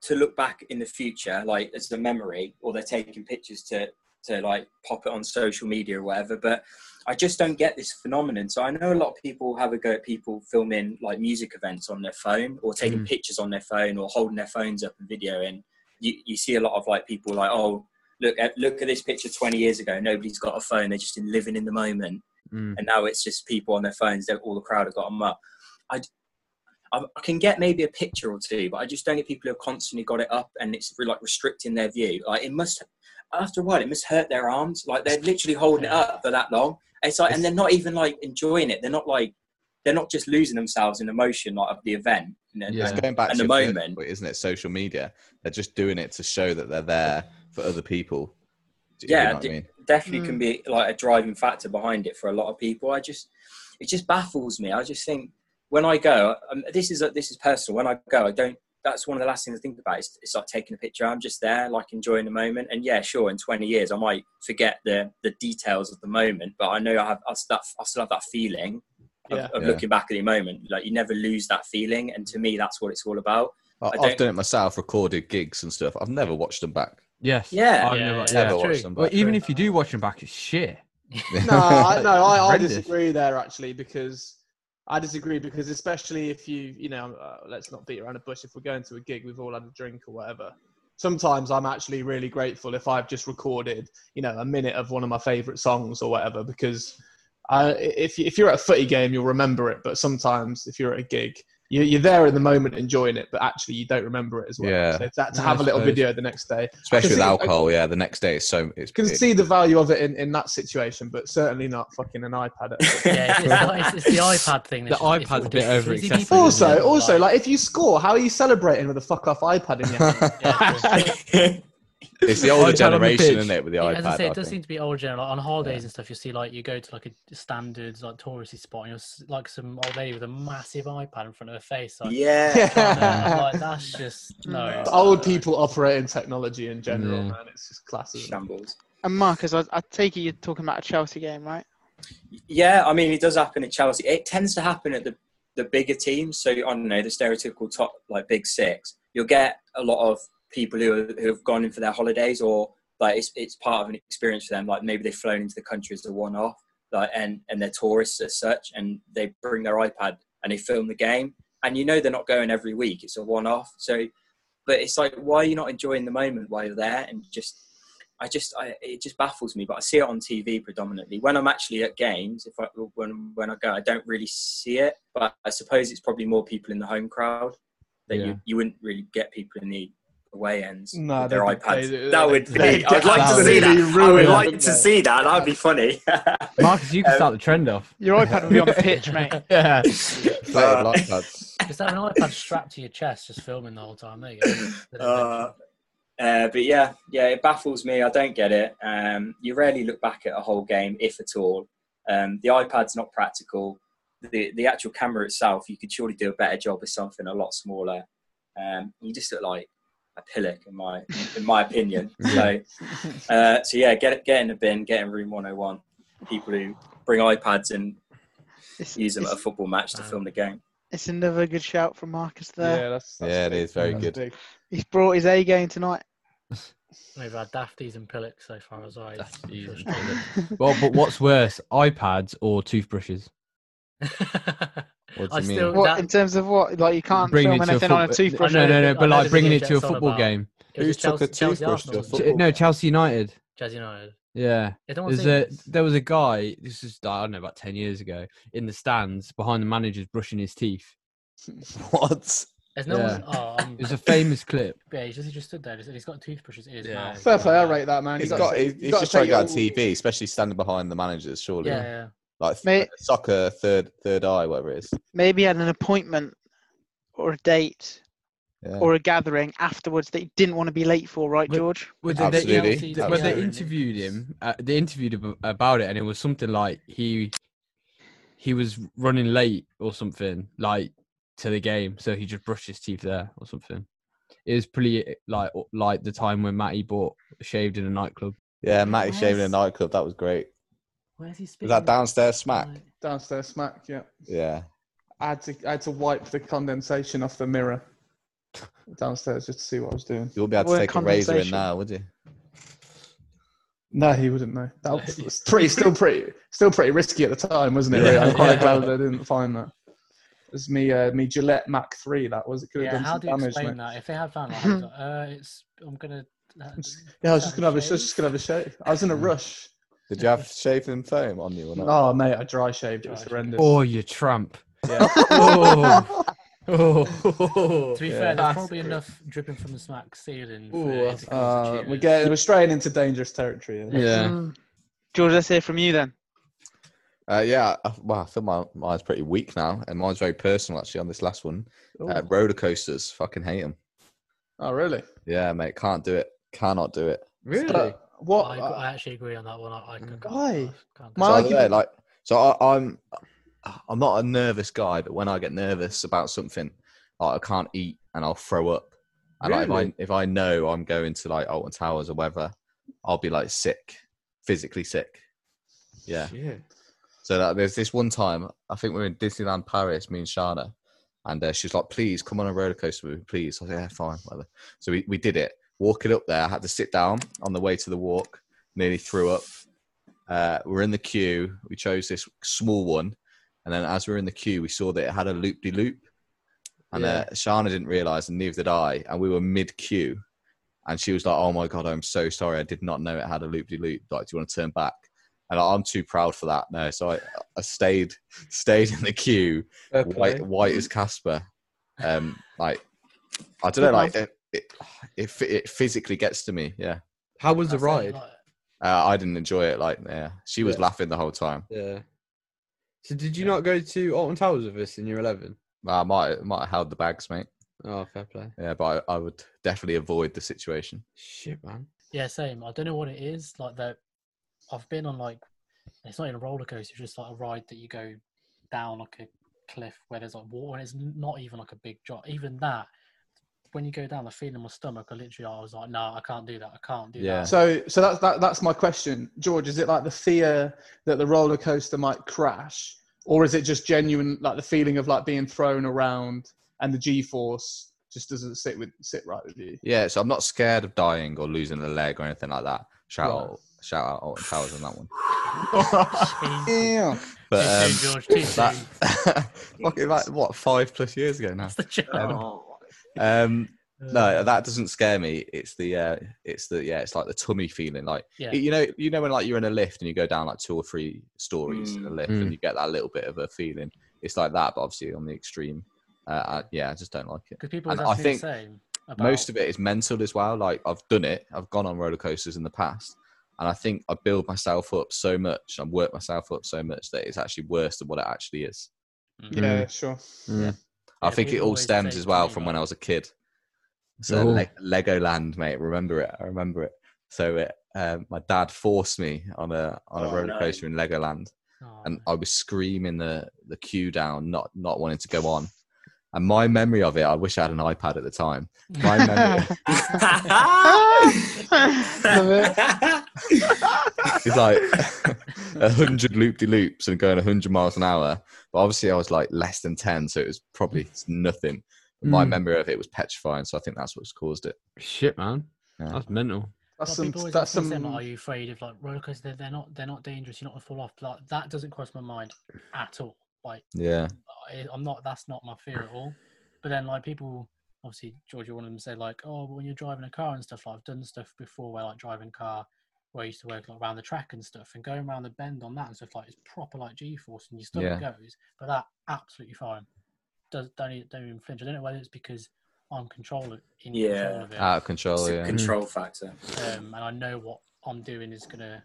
Speaker 6: to look back in the future, like as a memory, or they're taking pictures to to like pop it on social media or whatever. But I just don't get this phenomenon. So I know a lot of people have a go at people filming like music events on their phone, or taking
Speaker 2: Mm.
Speaker 6: pictures on their phone, or holding their phones up and videoing. You you see a lot of like people like oh look at look at this picture 20 years ago nobody's got a phone they're just in living in the moment
Speaker 2: Mm.
Speaker 6: and now it's just people on their phones. That all the crowd have got them up. I, d- I- I can get maybe a picture or two, but I just don't get people who have constantly got it up, and it's re- like restricting their view. Like it must, after a while, it must hurt their arms. Like they're literally holding it up for that long. It's like, and they're not even like enjoying it. They're not like, they're not just losing themselves in emotion like of the event. And then-
Speaker 2: Yeah.
Speaker 5: It's going back
Speaker 6: And
Speaker 5: to
Speaker 6: the
Speaker 5: your first
Speaker 6: moment.
Speaker 5: point, isn't it? Social media. They're just doing it to show that they're there for other people. Do you
Speaker 6: Yeah,
Speaker 5: know what
Speaker 6: d-
Speaker 5: I mean?
Speaker 6: definitely
Speaker 3: Mm.
Speaker 6: can be like a driving factor behind it for a lot of people. I just it just baffles me. I just think when I go, um, this is this is personal. When I go, I don't. That's one of the last things I think about. It's, it's like taking a picture. I'm just there, like enjoying the moment. And yeah, sure, in 20 years, I might forget the the details of the moment, but I know I have I still have, I still have that feeling of,
Speaker 4: Yeah.
Speaker 6: of
Speaker 5: Yeah.
Speaker 6: looking back at the moment. Like you never lose that feeling, and to me, that's what it's all about.
Speaker 5: I-
Speaker 6: I
Speaker 5: I've
Speaker 6: don't-
Speaker 5: done it myself, recorded gigs and stuff. I've never watched them back.
Speaker 2: Yes.
Speaker 6: Yeah.
Speaker 2: I've
Speaker 3: Yeah,
Speaker 2: never-
Speaker 3: yeah,
Speaker 5: Never
Speaker 3: true.
Speaker 5: watched them
Speaker 2: Well,
Speaker 5: back.
Speaker 2: even if you do watch them back, it's shit.
Speaker 4: no, I, no, I, I
Speaker 2: Horrendous.
Speaker 4: disagree there actually because I disagree because especially if you, you know, uh, let's not beat around the bush. If we're going to a gig, we've all had a drink or whatever. Sometimes I'm actually really grateful if I've just recorded, you know, a minute of one of my favourite songs or whatever because. uh, I, if, you- if you're at a footy game, you'll remember it. But sometimes, if you're at a gig, you, you're there in the moment enjoying it, but actually you don't remember it as well.
Speaker 5: Yeah.
Speaker 4: So that, to
Speaker 2: Yeah,
Speaker 4: have
Speaker 2: I
Speaker 4: a little
Speaker 2: suppose.
Speaker 4: video the next day,
Speaker 5: Especially with
Speaker 4: see- I-
Speaker 5: alcohol, yeah. The next day, it's so it's
Speaker 4: can
Speaker 5: it-
Speaker 4: see the value of it in, in that situation, but certainly not fucking an iPad. At
Speaker 3: Yeah, it's, it's, it's, it's the iPad thing. that's
Speaker 2: The
Speaker 3: just- it's all
Speaker 2: iPad's a bit
Speaker 3: different.
Speaker 2: over
Speaker 3: You see
Speaker 2: excessive,
Speaker 3: people
Speaker 4: Also,
Speaker 3: doing it,
Speaker 4: also, like if you score, how are you celebrating with a fuck off iPad in your hand?
Speaker 3: yeah, it's-
Speaker 5: It's the older
Speaker 2: iPad on the
Speaker 5: generation,
Speaker 2: pitch.
Speaker 5: isn't it, with the
Speaker 3: Yeah,
Speaker 5: iPad?
Speaker 3: As I say,
Speaker 5: I
Speaker 3: it does
Speaker 5: think.
Speaker 3: seem to be old general. Like, on holidays and stuff, you see like you go to like a standards like touristy spot, and you're s- like some old lady with a massive iPad in front of her face. Like,
Speaker 6: Yeah.
Speaker 3: I'm like that's just no.
Speaker 4: It's
Speaker 5: Oh,
Speaker 4: old people operating technology in general,
Speaker 2: Yeah.
Speaker 4: man. It's just classism.
Speaker 6: Shambles.
Speaker 7: And Marcus, I, I take it you're talking about a Chelsea game, right?
Speaker 6: Yeah, I mean, it does happen at Chelsea. It tends to happen at the, the the bigger teams, so I don't know the stereotypical top like big six, you'll get a lot of people who are, who have gone in for their holidays or like it's it's part of an experience for them. Like maybe they've flown into the country as a one off, like and and they're tourists as such, and they bring their iPad and they film the game, and you know they're not going every week. It's a one off, so but it's like why are you not enjoying the moment while you're there and just I just I, it just baffles me. But I see it on TV predominantly. When I'm actually at games, if I when when I go, I don't really see it. But I suppose it's probably more people in the home crowd that
Speaker 2: Yeah.
Speaker 6: you, you wouldn't really get people in the away ends
Speaker 4: No,
Speaker 6: with their
Speaker 4: they-
Speaker 6: iPads.
Speaker 4: they-
Speaker 6: that would be.
Speaker 4: they
Speaker 6: I'd like to see
Speaker 4: absolutely
Speaker 6: that. I
Speaker 4: ruin
Speaker 6: would
Speaker 4: it,
Speaker 6: like
Speaker 4: wouldn't
Speaker 6: to
Speaker 4: they?
Speaker 6: see that. That'd be funny.
Speaker 2: Marcus, you can
Speaker 6: Um,
Speaker 2: start the trend off.
Speaker 7: Your iPad will be on the pitch, mate.
Speaker 2: Yeah.
Speaker 5: Inflated like that.
Speaker 3: Is that an iPad strapped to your chest, just filming the whole time? There you go. Bit of
Speaker 6: Uh, uh, but yeah, yeah, it baffles me. I don't get it. Um, you rarely look back at a whole game, if at all. Um, the iPad's not practical. The the actual camera itself, you could surely do a better job with something a lot smaller. Um, you just look like a pillock, in my in my opinion. so, uh, so yeah, get it, get in the bin, get in room 101. People who bring iPads and
Speaker 7: It's,
Speaker 6: use them at a
Speaker 7: it's,
Speaker 6: football match to film the game.
Speaker 7: it's another good shout from Marcus there.
Speaker 4: Yeah, that's, that's
Speaker 5: Yeah, it
Speaker 4: big.
Speaker 5: is very
Speaker 4: That's
Speaker 5: good.
Speaker 4: big.
Speaker 7: He's brought his A game tonight.
Speaker 3: We've had Dafties and Pillocks so far as I.
Speaker 2: Dafties well, but what's worse, iPads or toothbrushes?
Speaker 5: What do
Speaker 3: I
Speaker 5: you mean?
Speaker 3: still-
Speaker 7: What
Speaker 3: that-
Speaker 7: in terms of what? Like you can't film
Speaker 2: Bringing it to a
Speaker 7: anything on a
Speaker 2: football-
Speaker 7: toothbrush.
Speaker 2: no, no,
Speaker 7: right?
Speaker 2: no,
Speaker 3: I
Speaker 2: but
Speaker 3: know
Speaker 2: like
Speaker 3: the
Speaker 2: bringing it
Speaker 3: subject's
Speaker 2: to a
Speaker 3: on
Speaker 2: football
Speaker 3: about-
Speaker 2: game.
Speaker 3: It was
Speaker 5: Who took
Speaker 3: Chelsea,
Speaker 5: a
Speaker 3: Chelsea
Speaker 5: toothbrush to a
Speaker 3: Arsenal,
Speaker 2: Ch-
Speaker 3: wasn't it?
Speaker 5: football-
Speaker 2: no, Chelsea United.
Speaker 3: Chelsea United.
Speaker 2: Yeah.
Speaker 3: They don't want
Speaker 2: There's
Speaker 3: to
Speaker 2: a
Speaker 3: see this.
Speaker 2: there was a guy. This is I don't know about ten years ago in the stands behind the managers brushing his teeth.
Speaker 5: What?
Speaker 3: There's no
Speaker 2: yeah.
Speaker 3: one. Oh, I'm,
Speaker 2: It was a famous clip.
Speaker 3: yeah, he's just, he just stood there. and He's got toothbrushes in his
Speaker 2: Yeah.
Speaker 3: mouth.
Speaker 4: Fair play, I rate that man.
Speaker 5: He's
Speaker 4: You've
Speaker 5: got.
Speaker 4: to
Speaker 5: He's,
Speaker 4: take-
Speaker 5: he's
Speaker 4: you've got
Speaker 5: just
Speaker 4: to
Speaker 5: trying to
Speaker 4: take
Speaker 5: get on
Speaker 4: it all-
Speaker 5: TV, especially standing behind the managers.
Speaker 3: Yeah,
Speaker 5: Surely,
Speaker 3: yeah. yeah.
Speaker 5: like
Speaker 7: Mate-
Speaker 5: soccer, third, third eye, whatever it is.
Speaker 7: Maybe he had an appointment or a date
Speaker 5: Yeah.
Speaker 7: or a gathering afterwards that he didn't want to be late for, right,
Speaker 2: But-
Speaker 7: George?
Speaker 2: Well, they,
Speaker 5: Absolutely.
Speaker 2: They,
Speaker 5: Absolutely.
Speaker 2: they- well, they
Speaker 3: Yeah.
Speaker 2: interviewed him. Uh, they interviewed him about it, and it was something like he he was running late or something like to the game, so he just brushed his teeth there or something. It was pretty eh, like like the time when Matty bought shaved in a nightclub.
Speaker 5: yeah, Matty
Speaker 3: Where's-
Speaker 5: shaving in a nightclub. That was great.
Speaker 3: Where's he speaking?
Speaker 5: Was that downstairs smack?
Speaker 4: Downstairs smack, yeah.
Speaker 5: Yeah.
Speaker 4: I had to I had to wipe the condensation off the mirror downstairs just to see what I was doing.
Speaker 5: You wouldn't be able to
Speaker 7: Word
Speaker 5: take a razor in
Speaker 7: condensation.
Speaker 5: now, would you?
Speaker 4: No, he wouldn't know. That was, was pretty, still pretty, still pretty risky at the time, wasn't it?
Speaker 5: Yeah.
Speaker 4: Really? I'm quite
Speaker 5: Yeah.
Speaker 4: glad they didn't find that. It was me, uh, me Gillette Mac Three. That was it. Could have
Speaker 3: Yeah,
Speaker 4: done
Speaker 3: how
Speaker 4: some
Speaker 3: do you
Speaker 4: damage.
Speaker 3: explain
Speaker 4: mate.
Speaker 3: that? If they had found that, I'd be like, uh, it's I'm gonna. uh,
Speaker 4: Yeah, I was
Speaker 3: have
Speaker 4: just
Speaker 3: a
Speaker 4: gonna have a, I was
Speaker 3: shave.
Speaker 4: just gonna have a shave. I was in a rush.
Speaker 5: Did you have shaving foam on you or not?
Speaker 4: Oh mate, I dry shaved. It was
Speaker 3: Dry shaved.
Speaker 4: horrendous.
Speaker 2: Oh, you tramp!
Speaker 4: Yeah.
Speaker 2: oh, oh.
Speaker 3: To be
Speaker 4: Yeah.
Speaker 3: fair, there's
Speaker 2: That's
Speaker 3: probably
Speaker 2: good.
Speaker 3: enough dripping from the smack ceiling.
Speaker 2: Ooh,
Speaker 3: for it
Speaker 2: that's-
Speaker 3: to
Speaker 4: Uh, we're
Speaker 3: constitute as-
Speaker 4: getting, we're straying into dangerous territory. isn't it?
Speaker 2: yeah.
Speaker 3: Hmm.
Speaker 7: Mm. George, let's hear from you then.
Speaker 5: Uh, yeah. I, well, I feel my mine's pretty weak now, and mine's very personal actually on this last one. Uh,
Speaker 4: Ooh.
Speaker 5: roller coasters, fucking hate them.
Speaker 4: Oh really?
Speaker 5: Yeah, mate, can't do it. Cannot do it.
Speaker 2: Really?
Speaker 4: But
Speaker 3: I,
Speaker 4: what?
Speaker 3: I actually agree on that one. I, I,
Speaker 2: Mm.
Speaker 3: can't-
Speaker 4: Why?
Speaker 3: I can't
Speaker 5: So
Speaker 4: My
Speaker 5: I
Speaker 3: do it.
Speaker 5: don't know,
Speaker 4: argument-
Speaker 5: like, so I, I'm, I'm not a nervous guy, but when I get nervous about something, like I can't eat and I'll throw up. And like,
Speaker 2: Really?
Speaker 5: if I if I know I'm going to like Alton Towers or whatever, I'll be like sick, physically sick. Yeah. So that, there's this one time, I think we were in Disneyland Paris, me and Shana, and uh, she's like, please come on a roller coaster with me, please. I was like, yeah, fine, whatever. So we, we did it. Walking up there, I had to sit down on the way to the walk, nearly threw up. Uh, we're in the queue. We chose this small one. And then as we were in the queue, we saw that it had a loop de loop. And uh, Shana didn't realize, and neither did I. And we were mid queue. And she was like, oh my God, I'm so sorry. I did not know it had a loop de loop. Like, do you want to turn back? And I- I'm too proud for that. No, so I, I stayed stayed in the queue,
Speaker 4: Fair play.
Speaker 5: white white as Casper. Um, like I don't know, like it it, it phy- it physically gets to me. Yeah,
Speaker 2: How was the
Speaker 3: That's it,
Speaker 2: ride?
Speaker 3: like-
Speaker 5: uh, I didn't enjoy it. Like, yeah, she was
Speaker 2: Yeah.
Speaker 5: laughing the whole time.
Speaker 2: Yeah. So did you not go to Alton Towers with us in year eleven?
Speaker 5: I might might have held the bags, mate.
Speaker 2: Oh, fair play.
Speaker 5: Yeah, but I, I would definitely avoid the situation.
Speaker 2: Shit, man.
Speaker 3: Yeah, same. I don't know what it is. Like that, I've been on like it's not even a roller coaster. It's just like a ride that you go down like a cliff where there's like water, and it's n- not even like a big drop. Even that, when you go down, the feeling in my stomach, I literally, I was like, no, I can't do that. I can't do
Speaker 2: Yeah.
Speaker 3: that.
Speaker 4: So, so that's that, that's my question, George. Is it like the fear that the roller coaster might crash, or is it just genuine like the feeling of like being thrown around and the g-force just doesn't sit with sit right with you
Speaker 5: Yeah, so I'm not scared of dying or losing a leg or anything like that. Shout
Speaker 4: Right.
Speaker 5: out, shout out, Alton Towers on that one.
Speaker 4: yeah
Speaker 5: But
Speaker 3: Too
Speaker 5: um,
Speaker 3: soon, George, too soon.
Speaker 5: that, fucking like what five plus years ago now.
Speaker 3: That's the joke.
Speaker 6: Uh,
Speaker 5: Um, no,
Speaker 3: Uh,
Speaker 5: that doesn't scare me. It's the uh, it's the yeah, it's like the tummy feeling. Like
Speaker 3: Yeah.
Speaker 5: you know, you know when like you're in a lift and you go down like two or three stories in a
Speaker 6: Mm.
Speaker 5: lift
Speaker 2: Mm.
Speaker 5: and you get that little bit of a feeling. It's like that, but obviously on the extreme. Uh, I, yeah, I just don't like it.
Speaker 3: Because people
Speaker 5: And
Speaker 3: always
Speaker 5: I
Speaker 3: have to do the
Speaker 5: think
Speaker 3: same. About,
Speaker 5: most of it is mental as well. Like I've done it. I've gone on roller coasters in the past, and I think I build myself up so much. I've worked myself up so much that it's actually worse than what it actually is.
Speaker 3: Mm.
Speaker 4: yeah sure
Speaker 5: I
Speaker 3: Yeah,
Speaker 5: think it
Speaker 3: people
Speaker 5: all
Speaker 3: always
Speaker 5: stems
Speaker 3: say
Speaker 5: as well
Speaker 3: Tony
Speaker 5: from when I
Speaker 3: Hawk.
Speaker 5: was a kid. So
Speaker 2: Ooh.
Speaker 5: Le- Legoland, mate, remember it? I remember it. So it, um, my dad forced me on a on a
Speaker 6: Oh,
Speaker 5: roller
Speaker 6: no.
Speaker 5: coaster in Legoland,
Speaker 3: Oh,
Speaker 5: and
Speaker 3: no.
Speaker 5: I was screaming the the queue down, not not wanting to go on. And my memory of it, I wish I had an iPad at the time. My memory
Speaker 7: Love
Speaker 5: is like a hundred loop de loops and going hundred miles an hour. But obviously, I was like less than ten, so it was probably nothing. But my
Speaker 2: Mm.
Speaker 5: memory of it was petrifying, so I think that's what's caused it.
Speaker 2: Shit, man.
Speaker 5: Yeah.
Speaker 2: That's mental.
Speaker 4: that's
Speaker 3: But
Speaker 4: some
Speaker 3: people always
Speaker 4: that's
Speaker 3: ask me the same,
Speaker 4: some
Speaker 3: Are you afraid of like roller coasters? They're, they're not. They're not dangerous. You're not gonna fall off. Like, that doesn't cross my mind at all. Like
Speaker 5: Yeah.
Speaker 3: I, I'm not. That's not my fear at all. But then like people, obviously George, you're one of them say like, oh, but when you're driving a car and stuff. Like I've done stuff before where like driving a car, where I used to work like around the track and stuff, and going around the bend on that and stuff like it's proper like G-force and your stomach goes. But that absolutely fine. Does don't e- don't even flinch. I don't know whether it's because I'm control in control
Speaker 6: Yeah.
Speaker 3: of it.
Speaker 5: out of control.
Speaker 4: Oh,
Speaker 6: It's a
Speaker 5: yeah.
Speaker 6: control factor.
Speaker 3: um, and I know what I'm doing is gonna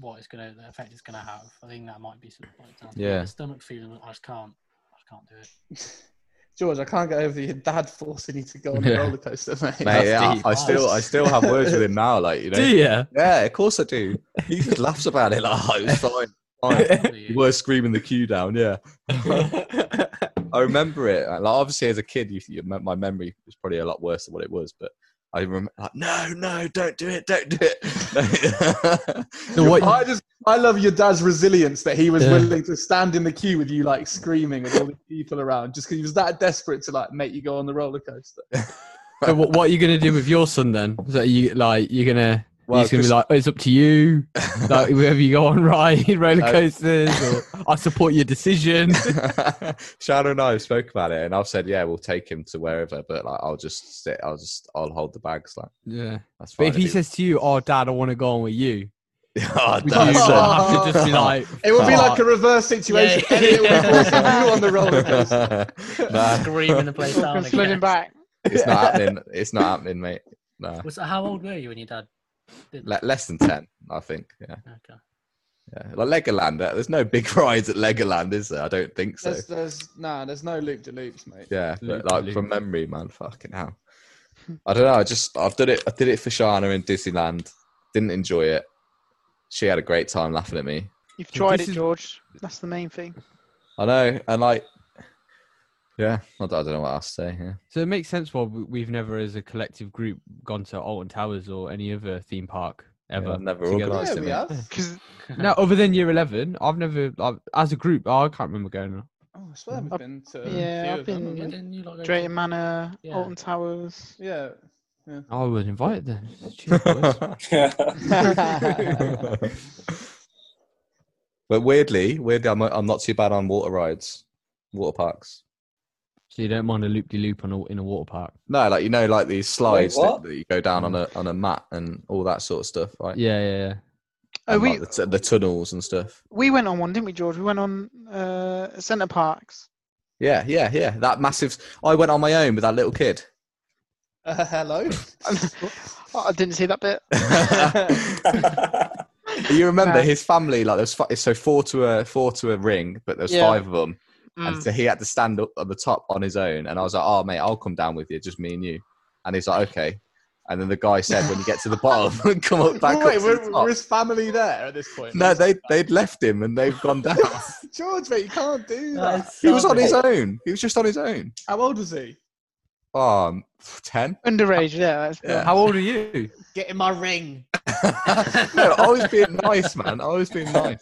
Speaker 3: what it's gonna the effect it's gonna have. I think that might be sort of like down to
Speaker 5: Yeah.
Speaker 3: the stomach feeling. I just can't. I just can't do it.
Speaker 4: george i can't get over your dad forcing you to go on a
Speaker 2: Yeah.
Speaker 4: roller coaster mate,
Speaker 5: Mate, yeah,
Speaker 2: deep.
Speaker 5: I, I still, I still have words with him now. Like you know,
Speaker 2: Do ya?
Speaker 5: yeah, of course I do. He just laughs about it. Like oh, it's fine. fine.
Speaker 3: Can't do
Speaker 5: You
Speaker 3: you.
Speaker 5: were screaming the queue down. Yeah, I remember it. Like obviously, as a kid, you, you, my memory was probably a lot worse than what it was. But I remember, like, no, no, don't do it, don't do it.
Speaker 2: So what?
Speaker 4: I just I love your dad's resilience that he was
Speaker 2: Yeah.
Speaker 4: willing to stand in the queue with you like screaming with all the people around just because he was that desperate to like make you go on the roller coaster.
Speaker 2: so what, what are you gonna do with your son then? So you like you're gonna.
Speaker 5: Well,
Speaker 2: he's gonna be
Speaker 5: 'cause-
Speaker 2: like, oh, it's up to you. like wherever you go on ride, roller
Speaker 4: Uh,
Speaker 5: No.
Speaker 2: coasters, or I support your decision.
Speaker 5: Shadow and I have spoke about it, and I've said, yeah, we'll take him to wherever. But like, I'll just sit. I'll just, I'll hold the bags. Like
Speaker 2: Yeah.
Speaker 5: that's
Speaker 2: But if
Speaker 5: fine.
Speaker 2: he says to you, "Oh, Dad, I want to go on with you,"
Speaker 5: oh,
Speaker 2: would you
Speaker 5: Dad, son.
Speaker 2: have to just be like,
Speaker 4: It would be
Speaker 2: Fuck.
Speaker 4: like a reverse situation.
Speaker 3: Yeah.
Speaker 4: Elliot would be forcing you on the roller coaster.
Speaker 5: Nah,
Speaker 3: Screaming the place down
Speaker 7: Fucking Flooding
Speaker 3: again.
Speaker 7: back.
Speaker 5: it's not happening. It's not happening, mate. No,
Speaker 3: Was how old were you when your dad? Did
Speaker 5: Le- less than ten, I think. Yeah,
Speaker 3: Okay.
Speaker 5: yeah. Like Legoland, uh, there's no big rides at Legoland, is there? I don't think so.
Speaker 4: There's, there's nah, there's no loop de loops, mate.
Speaker 5: Yeah, but
Speaker 2: Loop-
Speaker 5: like
Speaker 2: loop.
Speaker 5: from memory, man, fucking hell. I don't know. I just I've done it. I did it for Shana in Disneyland. Didn't enjoy it. She had a great time laughing at me.
Speaker 7: You've tried
Speaker 2: This
Speaker 7: it,
Speaker 2: is-
Speaker 7: George. That's the main thing.
Speaker 5: I know, and like, yeah, I don't, I don't know what else to say. Yeah,
Speaker 2: So it makes sense why we- we've never, as a collective group, gone to Alton Towers or any other theme park ever.
Speaker 5: Yeah, I've never
Speaker 2: together.
Speaker 5: organised
Speaker 4: Yeah,
Speaker 5: it.
Speaker 4: we
Speaker 5: mate.
Speaker 4: have.
Speaker 7: Because
Speaker 2: No, other than year eleven, I've never, i as a group, I can't remember going.
Speaker 4: Oh, I swear we've
Speaker 7: I've-
Speaker 4: been to. a
Speaker 7: yeah,
Speaker 4: few
Speaker 7: I've
Speaker 4: of them,
Speaker 7: been-
Speaker 4: haven't we?
Speaker 3: Yeah, didn't you lot go to-
Speaker 7: Drayton Manor,
Speaker 3: Yeah.
Speaker 7: Alton Towers.
Speaker 4: Yeah.
Speaker 2: I was invited then. Cheers, boys.
Speaker 5: but weirdly, weirdly, I'm, I'm not too bad on water rides, water parks.
Speaker 2: so you don't mind a loop de loop on a, in a water park?
Speaker 5: No, like you know, like these slides that,
Speaker 6: what?
Speaker 5: that you go down on a on a mat and all that sort of stuff, right?
Speaker 2: Yeah, yeah, yeah.
Speaker 7: Oh,
Speaker 5: And,
Speaker 7: we
Speaker 5: like, the, t- the tunnels and stuff.
Speaker 7: we went on one, didn't we, George? We went on uh, Centre Parks.
Speaker 5: Yeah, yeah, yeah. That massive. I went on my own with that little kid.
Speaker 4: Uh, hello.
Speaker 7: Oh, I didn't see that bit.
Speaker 5: you remember
Speaker 7: Nah.
Speaker 5: his family? Like there's fi- so four to a four to a ring, but there's
Speaker 7: Yeah.
Speaker 5: five of them, and
Speaker 7: Mm.
Speaker 5: so he had to stand up at the top on his own. And I was like, "Oh, mate, I'll come down with you, just me and you." And he's like, "Okay." And then the guy said, "When you get to the bottom, come up back
Speaker 4: Oh, Wait,
Speaker 5: up to
Speaker 4: were,
Speaker 5: the
Speaker 4: were
Speaker 5: top."
Speaker 4: his family there at this point?
Speaker 5: No, they they'd left him and they've gone down.
Speaker 4: George, mate, you can't do
Speaker 3: That
Speaker 4: that.
Speaker 3: is
Speaker 5: he was on
Speaker 3: savage.
Speaker 5: his own. He was just on his own.
Speaker 4: How old was he?
Speaker 5: Um, ten.
Speaker 7: Underage, yeah. That's
Speaker 5: Yeah.
Speaker 2: How old are you?
Speaker 4: Get in my ring.
Speaker 5: no, I was being nice, man. I was being nice.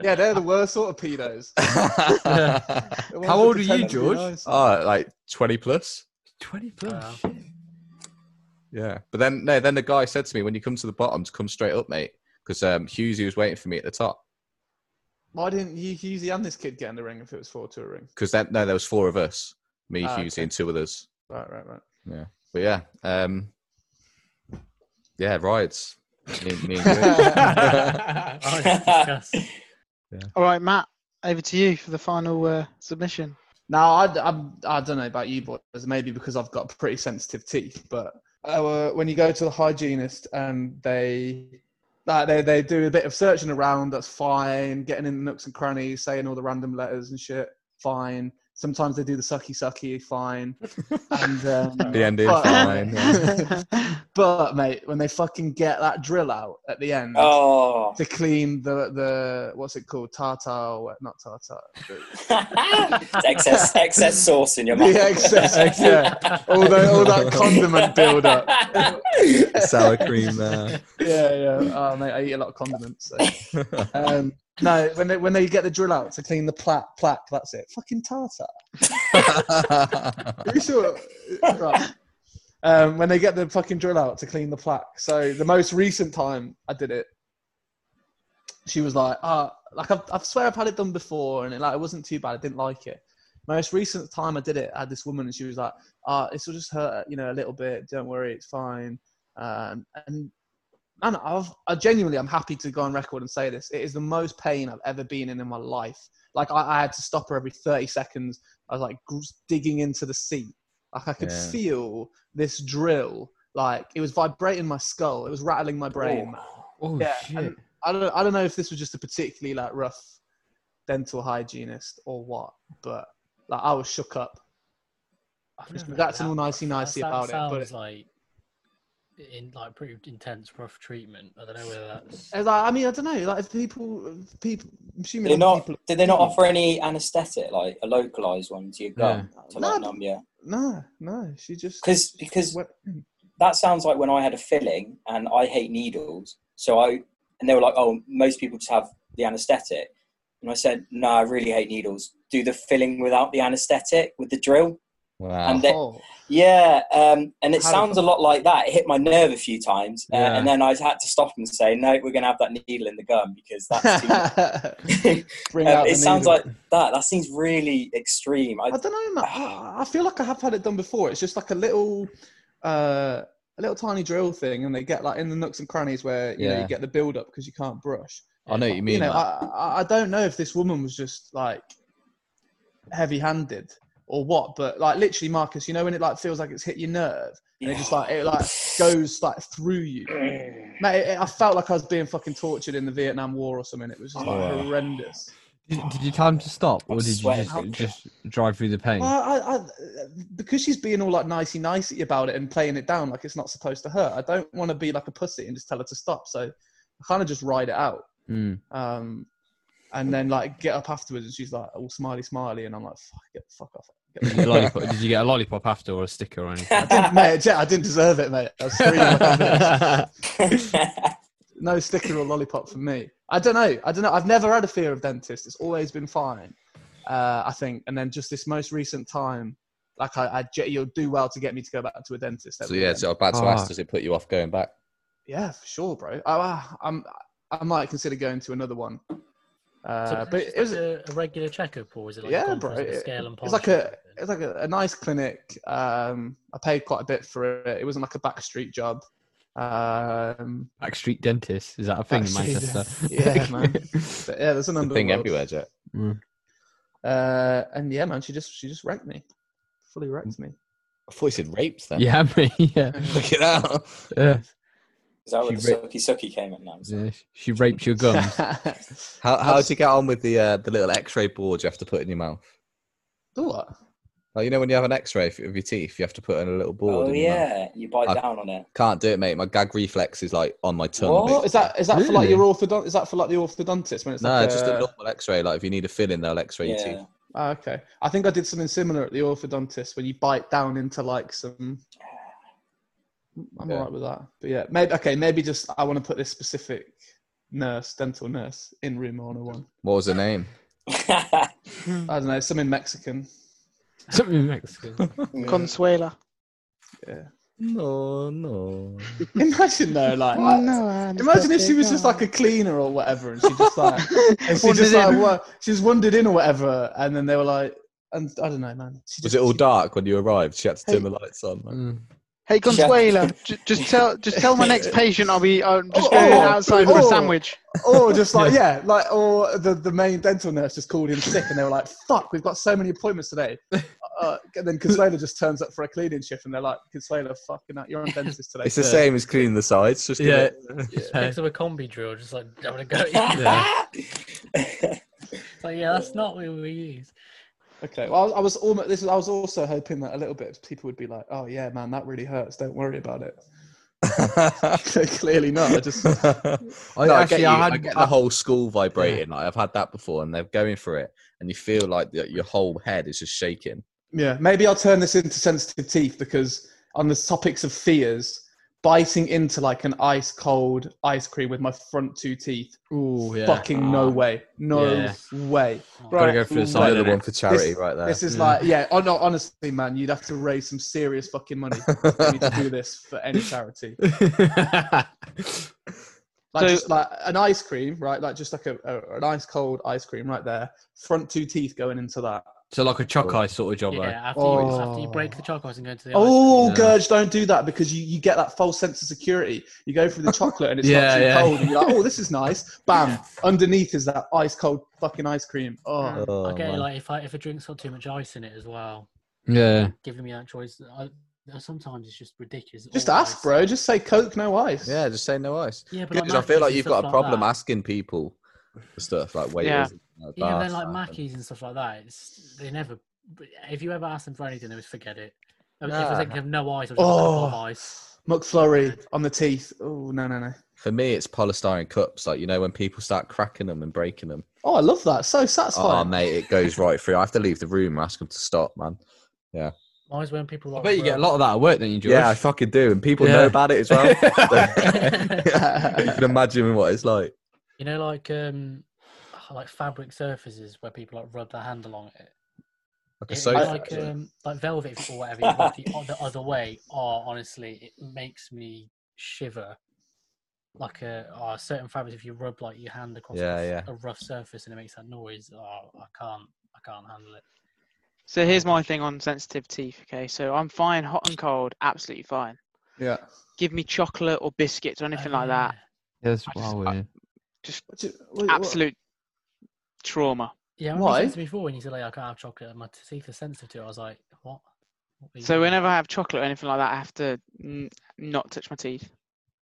Speaker 4: Yeah, they're the worst sort of pedos.
Speaker 5: oh,
Speaker 4: The ones
Speaker 2: How
Speaker 4: that
Speaker 2: old are you,
Speaker 4: pretend not to be
Speaker 2: George?
Speaker 4: nice.
Speaker 5: Uh, Ah, like 20 plus?
Speaker 2: 20
Speaker 4: Uh,
Speaker 2: plus.
Speaker 3: Wow.
Speaker 2: shit.
Speaker 5: Yeah. But then, no, then the guy said to me, when you come to the bottoms, come straight up, mate. Because um, Husey was waiting for me at the top.
Speaker 4: Why didn't you, Husey and this kid get in the ring if it was four to a ring?
Speaker 5: Because then, no, there was four of us. Me,
Speaker 4: Ah,
Speaker 5: Husey,
Speaker 4: okay.
Speaker 5: and two others.
Speaker 4: Right, right, right.
Speaker 5: But yeah, um, yeah, rides. Me- me and you.
Speaker 3: Oh, disgust.
Speaker 7: All right, Matt, over to you for the final uh, submission.
Speaker 4: Now, I, I, I don't know about you boys, maybe because I've got pretty sensitive teeth, but uh, when you go to the hygienist and they, like, they they do a bit of searching around, that's fine. Getting in the nooks and crannies, saying all the random letters and shit, fine. Sometimes they do the sucky sucky, fine. And um,
Speaker 5: the ending,
Speaker 4: Fuck.
Speaker 5: fine. yeah.
Speaker 4: but mate, when they fucking get that drill out at the end
Speaker 6: Oh.
Speaker 4: to clean the the what's it called tartar or what- not tartar
Speaker 6: It's excess, excess sauce in your mouth.
Speaker 4: the excess yeah all, the, all that condiment build up
Speaker 5: Sour cream uh. there.
Speaker 4: yeah yeah oh mate I eat a lot of condiments so. um, no when they when they get the drill out to clean the plaque plaque that's it fucking tartar Are you sure? right. Um, when they get the fucking drill out to clean the plaque. So the most recent time I did it, she was like, "Ah, like I've, I swear I've had it done before, and it, like it wasn't too bad. I didn't like it." Most recent time I did it, I had this woman, and she was like, "Ah, this will just hurt, you know, a little bit. Don't worry, it's fine." Um, and man, I've, I genuinely, I'm happy to go on record and say this. It is the most pain I've ever been in in my life. Like I, I had to stop her every 30 seconds I was like gr- digging into the seat. Like I could
Speaker 5: Yeah.
Speaker 4: feel this drill. Like it was vibrating my skull. It was rattling my brain.
Speaker 2: Oh,
Speaker 4: Yeah,
Speaker 2: shit.
Speaker 4: and- I don't. I don't know if this was just a particularly like rough dental hygienist or what, but like I was shook up.
Speaker 3: I've
Speaker 4: Just
Speaker 3: never
Speaker 4: relaxing
Speaker 3: had
Speaker 4: all
Speaker 3: that.
Speaker 4: nicey nicey
Speaker 3: that,
Speaker 4: about
Speaker 3: that sounds
Speaker 4: it. But
Speaker 3: like in like pretty intense, rough treatment. I don't know whether that's.
Speaker 4: it's like, I mean, I don't know. Like if people, if people, I'm assuming
Speaker 6: Did they
Speaker 4: other
Speaker 6: not?
Speaker 4: people.
Speaker 6: Did they not offer any anaesthetic, like a localized one to your gum? To like
Speaker 4: No.
Speaker 6: numb you?
Speaker 4: No, no. She just
Speaker 6: Because because
Speaker 4: went-
Speaker 6: that sounds like when I had a filling and I hate needles. So I and they were like, oh, most people just have the anaesthetic, and I said, no, I really hate needles. Do the filling without the anaesthetic with the drill.
Speaker 5: Wow.
Speaker 6: And they-
Speaker 4: oh,
Speaker 6: Yeah, um, and it
Speaker 4: How
Speaker 6: sounds a lot like that. It hit my nerve a few times, uh,
Speaker 2: Yeah.
Speaker 6: and then I had to stop and say, no, we're going to have that needle in the gum because that's too. much."
Speaker 4: bring
Speaker 6: Um,
Speaker 4: out the
Speaker 6: it sounds
Speaker 4: needle.
Speaker 6: like that. That seems really extreme. I,
Speaker 4: I don't know, Matt. I I feel like I have had it done before. It's just like a little, uh, a little tiny drill thing, and they get like in the nooks and crannies where you know
Speaker 5: Yeah.
Speaker 4: you get the build up because you can't brush.
Speaker 5: I know what you mean.
Speaker 4: You know,
Speaker 5: like,
Speaker 4: I, I I don't know if this woman was just like heavy handed or what, but like literally, Marcus, you know when it like feels like it's hit your nerve and it just like it like goes like through you. Mate, it, I felt like I was being fucking tortured in the Vietnam War or something. It was just like
Speaker 5: Yeah.
Speaker 4: horrendous.
Speaker 2: Did, did you tell him to stop, or
Speaker 6: I'm
Speaker 2: did you
Speaker 6: sweating.
Speaker 2: just, just drive through the pain?
Speaker 4: Well, I, I, because she's being all like nicey nicey about it and playing it down like it's not supposed to hurt. I don't want to be like a pussy and just tell her to stop. So I kind of just ride it out,
Speaker 2: Mm.
Speaker 4: um, and then like get up afterwards. And she's like all smiley smiley, and I'm like, fuck, get the fuck off. Get
Speaker 2: Did,
Speaker 4: the
Speaker 2: you lollipop, did you get a lollipop after, or a sticker, or anything?
Speaker 4: I didn't, mate, yeah, I didn't deserve it, mate. I was screaming like a bitch. no sticker or lollipop for me. I don't know. I don't know. I've never had a fear of dentists. It's always been fine, uh, I think. And then just this most recent time, like I, I, ge- you'll do well to get me to go back to a dentist.
Speaker 5: so
Speaker 4: every
Speaker 5: yeah,
Speaker 4: weekend.
Speaker 5: so I'm about to
Speaker 2: Ah.
Speaker 5: ask, does it put you off going back?
Speaker 4: yeah, for sure, bro. I, I, I'm, I might consider going to another one.
Speaker 3: So
Speaker 4: Uh,
Speaker 3: is it
Speaker 4: but
Speaker 3: just
Speaker 4: it was,
Speaker 3: like a, a regular checkup, or is it like
Speaker 4: Yeah,
Speaker 3: yeah,
Speaker 4: bro, it-
Speaker 3: scale and
Speaker 4: it's like
Speaker 3: polish or
Speaker 4: a
Speaker 3: something?
Speaker 4: it's like a, a nice clinic. Um, I paid quite a bit for it. It wasn't like a backstreet job. Um,
Speaker 2: Backstreet dentist is that a thing in
Speaker 4: Backstreet
Speaker 2: Manchester?
Speaker 4: yeah, man. but yeah, there's an
Speaker 5: The thing
Speaker 4: underworld.
Speaker 5: everywhere, Jack.
Speaker 4: Uh, and yeah, man, she just she just wrecked me, fully wrecked me.
Speaker 5: I thought you said rapes then.
Speaker 2: yeah, me. Yeah.
Speaker 5: Look it out.
Speaker 2: Yeah.
Speaker 6: Is that where
Speaker 2: She
Speaker 6: the
Speaker 2: ra-
Speaker 6: sucky sucky came in now?
Speaker 2: Yeah, She raped your gums.
Speaker 5: How how
Speaker 4: That's-
Speaker 5: did you get on with the uh, the little X-ray board you have to put in your mouth?
Speaker 4: The what?
Speaker 5: Like you know when you have an X-ray f- of your teeth, you have to put in a little board.
Speaker 6: Oh
Speaker 5: in your mouth.
Speaker 6: yeah, you bite
Speaker 5: I-
Speaker 6: down on it.
Speaker 5: Can't do it, mate. My gag reflex is like on my tongue.
Speaker 6: What?
Speaker 4: Oh, is that is that for like
Speaker 2: Really?
Speaker 4: your orthodont? Is that for like the orthodontist when it's
Speaker 5: No,
Speaker 4: like
Speaker 5: just a
Speaker 4: uh,
Speaker 5: normal X-ray. Like if you need a fill-in, they'll X-ray your
Speaker 6: Yeah.
Speaker 5: teeth.
Speaker 4: ah, okay. I think I did something similar at the orthodontist when you bite down into like some. I'm
Speaker 5: Yeah.
Speaker 4: alright with that, but yeah, maybe okay. Maybe just I want to put this specific nurse, dental nurse in room 101.
Speaker 5: What was her name? Mm.
Speaker 4: I don't know, something Mexican.
Speaker 2: Something Mexican.
Speaker 7: Consuela.
Speaker 5: No, no.
Speaker 4: Imagine though, like, imagine if she was just like a cleaner or whatever, and she just like, and she just like, what, she just wandered in or whatever, and then they were like, and I don't know, man. She
Speaker 5: Was
Speaker 4: just-
Speaker 5: it all
Speaker 4: she-
Speaker 5: dark when you arrived? She had to
Speaker 7: Hey.
Speaker 5: turn the lights on. man.
Speaker 2: Mm.
Speaker 7: Hey
Speaker 6: Yeah.
Speaker 7: Consuela, j- just tell just tell my next patient I'll be I'm just
Speaker 4: Oh,
Speaker 7: going
Speaker 4: oh,
Speaker 7: outside for a
Speaker 4: oh.
Speaker 7: sandwich.
Speaker 4: or just like yeah, like or the, the main dental nurse just called in sick, and they were like, "Fuck, we've got so many appointments today." Uh, and then Consuela just turns up for a cleaning shift, and they're like, "Consuela, fucking, hell, you're on dentist today."
Speaker 5: It's the same as cleaning the sides. Just give
Speaker 2: Yeah.
Speaker 5: it-
Speaker 2: Yeah.
Speaker 3: Picks up a combi drill, just like I want to go. But yeah, that's not what we use.
Speaker 4: Okay, well, I was, I was almost this. was- I was also hoping that a little bit of people would be like, "Oh yeah, man, that really hurts. Don't worry about it." Clearly not. I just
Speaker 2: I
Speaker 5: no, I
Speaker 2: actually,
Speaker 5: get, you.
Speaker 2: I
Speaker 5: I,
Speaker 2: had-
Speaker 5: get the whole school vibrating. Like, I've had that before, and they're going for it, and you feel like the, your whole head is just shaking.
Speaker 4: yeah. Maybe I'll turn this into sensitive teeth because on the topics of fears, biting into like an ice cold ice cream with my front two teeth.
Speaker 2: Ooh, yeah.
Speaker 4: Fucking no way. No
Speaker 2: Yeah.
Speaker 4: way.
Speaker 3: Oh.
Speaker 2: Gotta go
Speaker 7: Right.
Speaker 2: for the side
Speaker 5: Another
Speaker 2: of
Speaker 5: one for charity,
Speaker 4: This-
Speaker 5: right there.
Speaker 4: This is
Speaker 2: Yeah.
Speaker 4: like, yeah, oh, no, honestly, man, you'd have to raise some serious fucking money for me to do this for any charity.
Speaker 2: it.
Speaker 4: Like,
Speaker 7: So-
Speaker 4: just like an ice cream, right? Like just like a, a an ice cold ice cream right there. Front two teeth going into that.
Speaker 2: so like a chuck eye sort of job,
Speaker 3: Yeah,
Speaker 2: yeah.
Speaker 3: after, you, after you break the chocolates and go to the
Speaker 4: Oh,
Speaker 2: Yeah.
Speaker 4: Gurge, don't do that because you, you get that false sense of security. You go for the chocolate and it's
Speaker 2: Yeah,
Speaker 4: not too
Speaker 2: yeah.
Speaker 4: cold. And you're like, oh, this is nice. Bam. Underneath is that ice cold fucking ice cream. Oh,
Speaker 5: Oh,
Speaker 3: I get it,
Speaker 5: man.
Speaker 3: like if I, if a drink's got too much ice in it as well,
Speaker 2: Yeah.
Speaker 3: giving me that choice. I, uh, sometimes it's just ridiculous.
Speaker 4: just
Speaker 3: All
Speaker 4: ask,
Speaker 3: ice.
Speaker 4: bro. Just say Coke, no ice.
Speaker 5: yeah, just say no ice.
Speaker 3: Yeah, but
Speaker 5: Because I feel
Speaker 3: Macca's
Speaker 5: like
Speaker 3: and
Speaker 5: you've got a
Speaker 3: stuff
Speaker 5: problem
Speaker 3: that.
Speaker 5: asking people for stuff like waiters.
Speaker 7: Yeah.
Speaker 5: and, like,
Speaker 3: Yeah, but
Speaker 5: bar
Speaker 3: then like
Speaker 5: staff and-
Speaker 3: Mackey's and stuff like that. It's, they never. If you ever ask them for anything, they always forget it. I mean, If
Speaker 4: Nah.
Speaker 3: I think of no ice, I'll just oh.
Speaker 4: Oh.
Speaker 3: have ice.
Speaker 4: McFlurry on the teeth. Oh, no, no, no.
Speaker 5: For me, it's polystyrene cups. Like you know when people start cracking them and breaking them.
Speaker 4: Oh, I love that. So
Speaker 5: Oh,
Speaker 4: satisfying.
Speaker 5: mate, it goes right through. I have to leave the room. and Ask them to stop, man.
Speaker 3: Mine's when people.
Speaker 2: I
Speaker 3: Like,
Speaker 2: bet you get a
Speaker 3: "Bro,
Speaker 2: lot of that at work, don't you, George?
Speaker 5: Yeah, I fucking do, and people
Speaker 2: Yeah.
Speaker 5: know about it as well. you
Speaker 3: You
Speaker 5: can imagine what it's like.
Speaker 3: You know, like um, like fabric surfaces where people like rub their hand along it.
Speaker 5: Like
Speaker 3: It-
Speaker 5: a
Speaker 3: it's
Speaker 5: sofa.
Speaker 3: like
Speaker 7: uh,
Speaker 5: actually.
Speaker 3: um, like velvet or whatever. You rub the, o- the other way. Oh, honestly, it makes me shiver. Like a, oh, certain fabrics, if you rub like your hand across
Speaker 5: Yeah,
Speaker 3: a,
Speaker 5: yeah.
Speaker 3: a rough surface and it makes that noise, oh, I can't, I can't handle it.
Speaker 7: So here's my thing on sensitive teeth. Okay, so I'm fine, hot and cold, absolutely fine.
Speaker 4: Yeah.
Speaker 7: Give me chocolate or biscuits or anything like that.
Speaker 2: Yeah, that's
Speaker 7: I
Speaker 2: what I
Speaker 7: just-
Speaker 2: would.
Speaker 4: What do- what-
Speaker 7: Absolute trauma.
Speaker 3: Yeah, I remember
Speaker 4: Why?
Speaker 3: you said to me before when you said like I can't have chocolate, my teeth are sensitive to it. I was like, what? What are you
Speaker 7: So
Speaker 3: doing?
Speaker 7: whenever I have chocolate or anything like that, I have to n- not touch my teeth.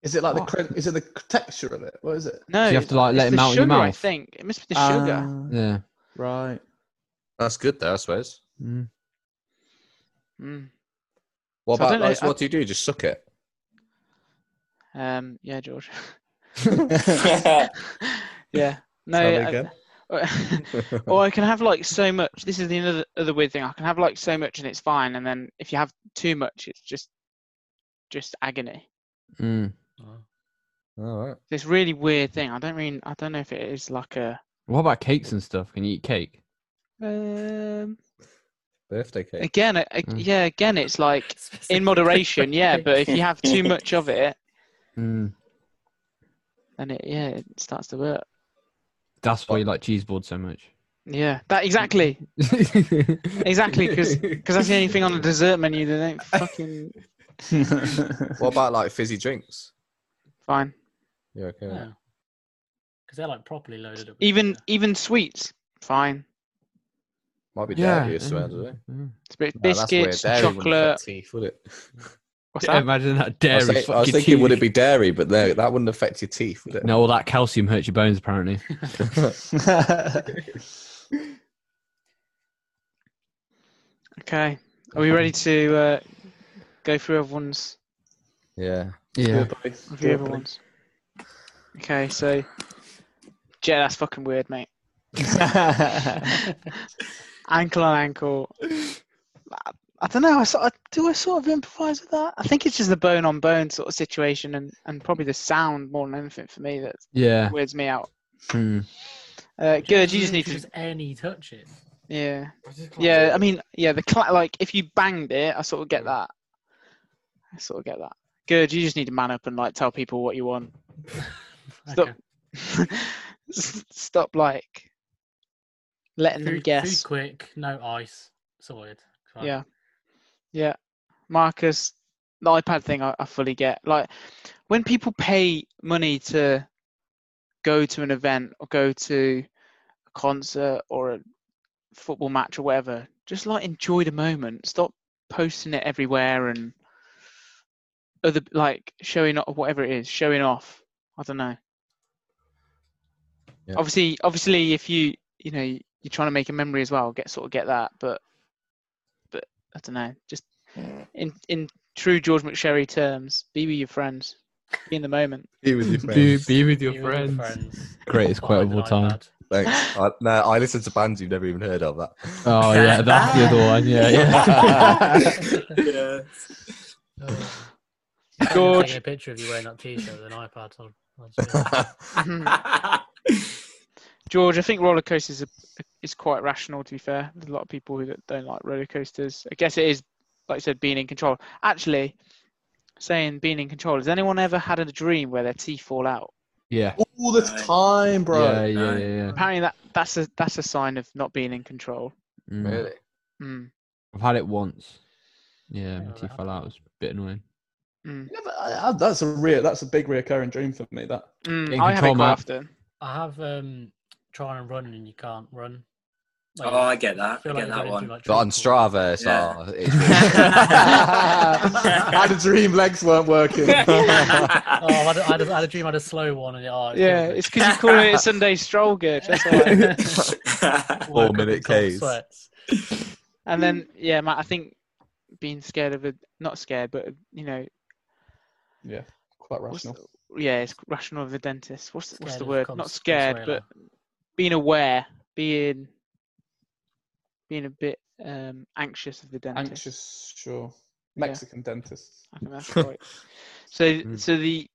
Speaker 4: Is it like
Speaker 2: What?
Speaker 4: the cr- is it the texture of it? What is it?
Speaker 7: No,
Speaker 2: you have to, like,
Speaker 7: it's
Speaker 2: let
Speaker 7: the
Speaker 2: him out your
Speaker 7: sugar. I
Speaker 2: mouth?
Speaker 7: think it must be the sugar.
Speaker 4: Ah,
Speaker 2: Yeah.
Speaker 4: right.
Speaker 5: That's good though, I suppose.
Speaker 2: Mm.
Speaker 7: Mm.
Speaker 5: What
Speaker 7: So I
Speaker 5: about
Speaker 7: don't know,
Speaker 5: like, so
Speaker 7: I-
Speaker 5: what do you do? Just suck it.
Speaker 7: Um, yeah, George. Oh, yeah. No.
Speaker 5: Sound
Speaker 7: I- or- or I can have like so much. This is the other, other weird thing. I can have like so much and it's fine, and then if you have too much, it's just just agony.
Speaker 2: Mm.
Speaker 3: Oh.
Speaker 5: All right.
Speaker 7: This really weird thing. I don't mean. I don't know if it is like a.
Speaker 2: What about cakes and stuff? Can you eat cake?
Speaker 7: Um,
Speaker 5: Birthday cake.
Speaker 7: again, a, a-
Speaker 2: Mm.
Speaker 7: yeah. Again, it's like
Speaker 3: Specifically
Speaker 7: in moderation. Yeah, but if you have too
Speaker 6: cake.
Speaker 7: much of it,
Speaker 2: Mm.
Speaker 7: then it yeah it starts to work.
Speaker 2: That's why you like cheese board so much.
Speaker 7: Yeah, that exactly, exactly, because that's the only thing on the dessert menu that ain't fucking
Speaker 5: What about like fizzy drinks?
Speaker 7: fine.
Speaker 5: You okay? with that?
Speaker 3: Because they're like properly loaded up. with
Speaker 7: Even
Speaker 3: sugar.
Speaker 7: even sweets, fine.
Speaker 5: Might be
Speaker 2: yeah.
Speaker 5: dairy as well, do
Speaker 2: mm, mm.
Speaker 7: It's bit-
Speaker 5: No, that's weird.
Speaker 7: biscuits,
Speaker 5: Dairy wouldn't affect
Speaker 7: chocolate.
Speaker 5: teeth, would it?
Speaker 7: What's
Speaker 2: Yeah,
Speaker 7: that?
Speaker 2: imagine that
Speaker 5: I
Speaker 2: dairy.
Speaker 5: was, think- I was
Speaker 2: fucking
Speaker 5: thinking, would it
Speaker 2: teeth.
Speaker 5: be dairy? But no, that wouldn't affect your teeth, would it?
Speaker 2: No, all that calcium hurts your bones apparently.
Speaker 7: Okay. Are we ready to uh, go through everyone's
Speaker 5: Yeah.
Speaker 2: Yeah.
Speaker 7: review everyone's? Okay, so yeah, that's fucking weird, mate. ankle on ankle. I- I don't know. I sort of, do. I sort of empathise with that. I think it's just the bone on bone sort of situation, and, and probably the sound more than anything for me that
Speaker 2: Yeah.
Speaker 7: weirds me out.
Speaker 2: Hmm.
Speaker 7: Uh, good. You just need to.
Speaker 3: just any touching.
Speaker 7: Yeah.
Speaker 8: I just can't
Speaker 7: Yeah.
Speaker 8: do
Speaker 7: I
Speaker 8: it.
Speaker 7: mean, yeah. The cla- like if you banged it, I sort of get that. I sort of get that. Good. You just need to man up and like tell people what you want. Stop.
Speaker 3: Okay.
Speaker 7: S- Stop like letting them
Speaker 3: Food,
Speaker 7: guess.
Speaker 3: food quick, no ice, sorted. Right.
Speaker 7: Yeah. Yeah. Marcus, the iPad thing I, I fully get. Like when people pay money to go to an event or go to a concert or a football match or whatever, just like enjoy the moment. Stop posting it everywhere and other like showing off whatever it is, showing off. I don't know.
Speaker 5: Yeah.
Speaker 7: Obviously obviously if you you know, you're trying to make a memory as well, get sort of get that, but I don't know, just in in true George McSherry terms, be with your friends, be in the moment.
Speaker 5: Be with your
Speaker 2: Be,
Speaker 5: friends.
Speaker 2: be with your
Speaker 3: You and
Speaker 2: friends.
Speaker 3: friends.
Speaker 2: Greatest quote of
Speaker 3: Behind
Speaker 2: all
Speaker 3: an
Speaker 2: time.
Speaker 3: iPad.
Speaker 5: Thanks. I, no, I listen to bands you've never even heard of. That.
Speaker 2: Oh yeah, that's the other one. Yeah, yeah.
Speaker 6: yeah.
Speaker 3: I'm
Speaker 7: George,
Speaker 3: taking a picture of you wearing that T-shirt with an iPad. I'll, I'll just,
Speaker 7: George, I think roller coasters are, is quite rational. To be fair, there's a lot of people who don't like roller coasters. I guess it is, like I said, being in control. Actually, saying being in control. Has anyone ever had a dream where their teeth fall out?
Speaker 2: yeah.
Speaker 4: All the
Speaker 6: Right.
Speaker 4: time, bro.
Speaker 2: Yeah, yeah, yeah, yeah.
Speaker 7: Apparently, that that's a that's a sign of not being in control.
Speaker 2: Mm.
Speaker 5: really?
Speaker 7: Mm,
Speaker 2: I've had it once. Yeah,
Speaker 3: Yeah,
Speaker 2: my
Speaker 3: that
Speaker 2: teeth fell
Speaker 3: happened.
Speaker 2: out. It was a bit annoying.
Speaker 7: mm,
Speaker 4: Never, I, I, that's a real, that's a big recurring dream for me. That
Speaker 7: mm.
Speaker 2: In
Speaker 7: I have it
Speaker 2: control,
Speaker 7: quite
Speaker 2: man.
Speaker 7: often.
Speaker 3: I have um trying and run and you can't run. Like,
Speaker 6: Oh, I get that. I
Speaker 3: feel like
Speaker 6: get
Speaker 3: you're
Speaker 6: that
Speaker 3: going
Speaker 6: one.
Speaker 3: through, like,
Speaker 5: But on
Speaker 3: treacle.
Speaker 5: Strava, it's,
Speaker 6: Yeah.
Speaker 5: oh, it's-
Speaker 4: I had a dream legs weren't working.
Speaker 3: Oh, I had, a- I, had a, I had a dream. I had a slow one, and it, oh, it
Speaker 7: Yeah,
Speaker 3: killed me.
Speaker 7: it's because you're calling it a Sunday stroll, good. That's all right.
Speaker 4: Four
Speaker 3: Woke up
Speaker 5: minute
Speaker 3: in cold
Speaker 5: Ks.
Speaker 3: sweats.
Speaker 7: And
Speaker 3: Mm.
Speaker 7: then, yeah, Matt, I think being scared of a not scared, but you know,
Speaker 4: yeah, quite
Speaker 7: what's
Speaker 4: rational.
Speaker 7: the- yeah, it's rational of the dentist. What's the, what's
Speaker 3: Scared
Speaker 7: the
Speaker 3: of
Speaker 7: word?
Speaker 3: cons-
Speaker 7: not scared, but
Speaker 3: consuela.
Speaker 7: being aware, being being a bit um, anxious of the dentist.
Speaker 4: Anxious, sure.
Speaker 7: Yeah.
Speaker 4: Mexican dentists.
Speaker 7: I think that's right. So,
Speaker 3: Hmm.
Speaker 7: so the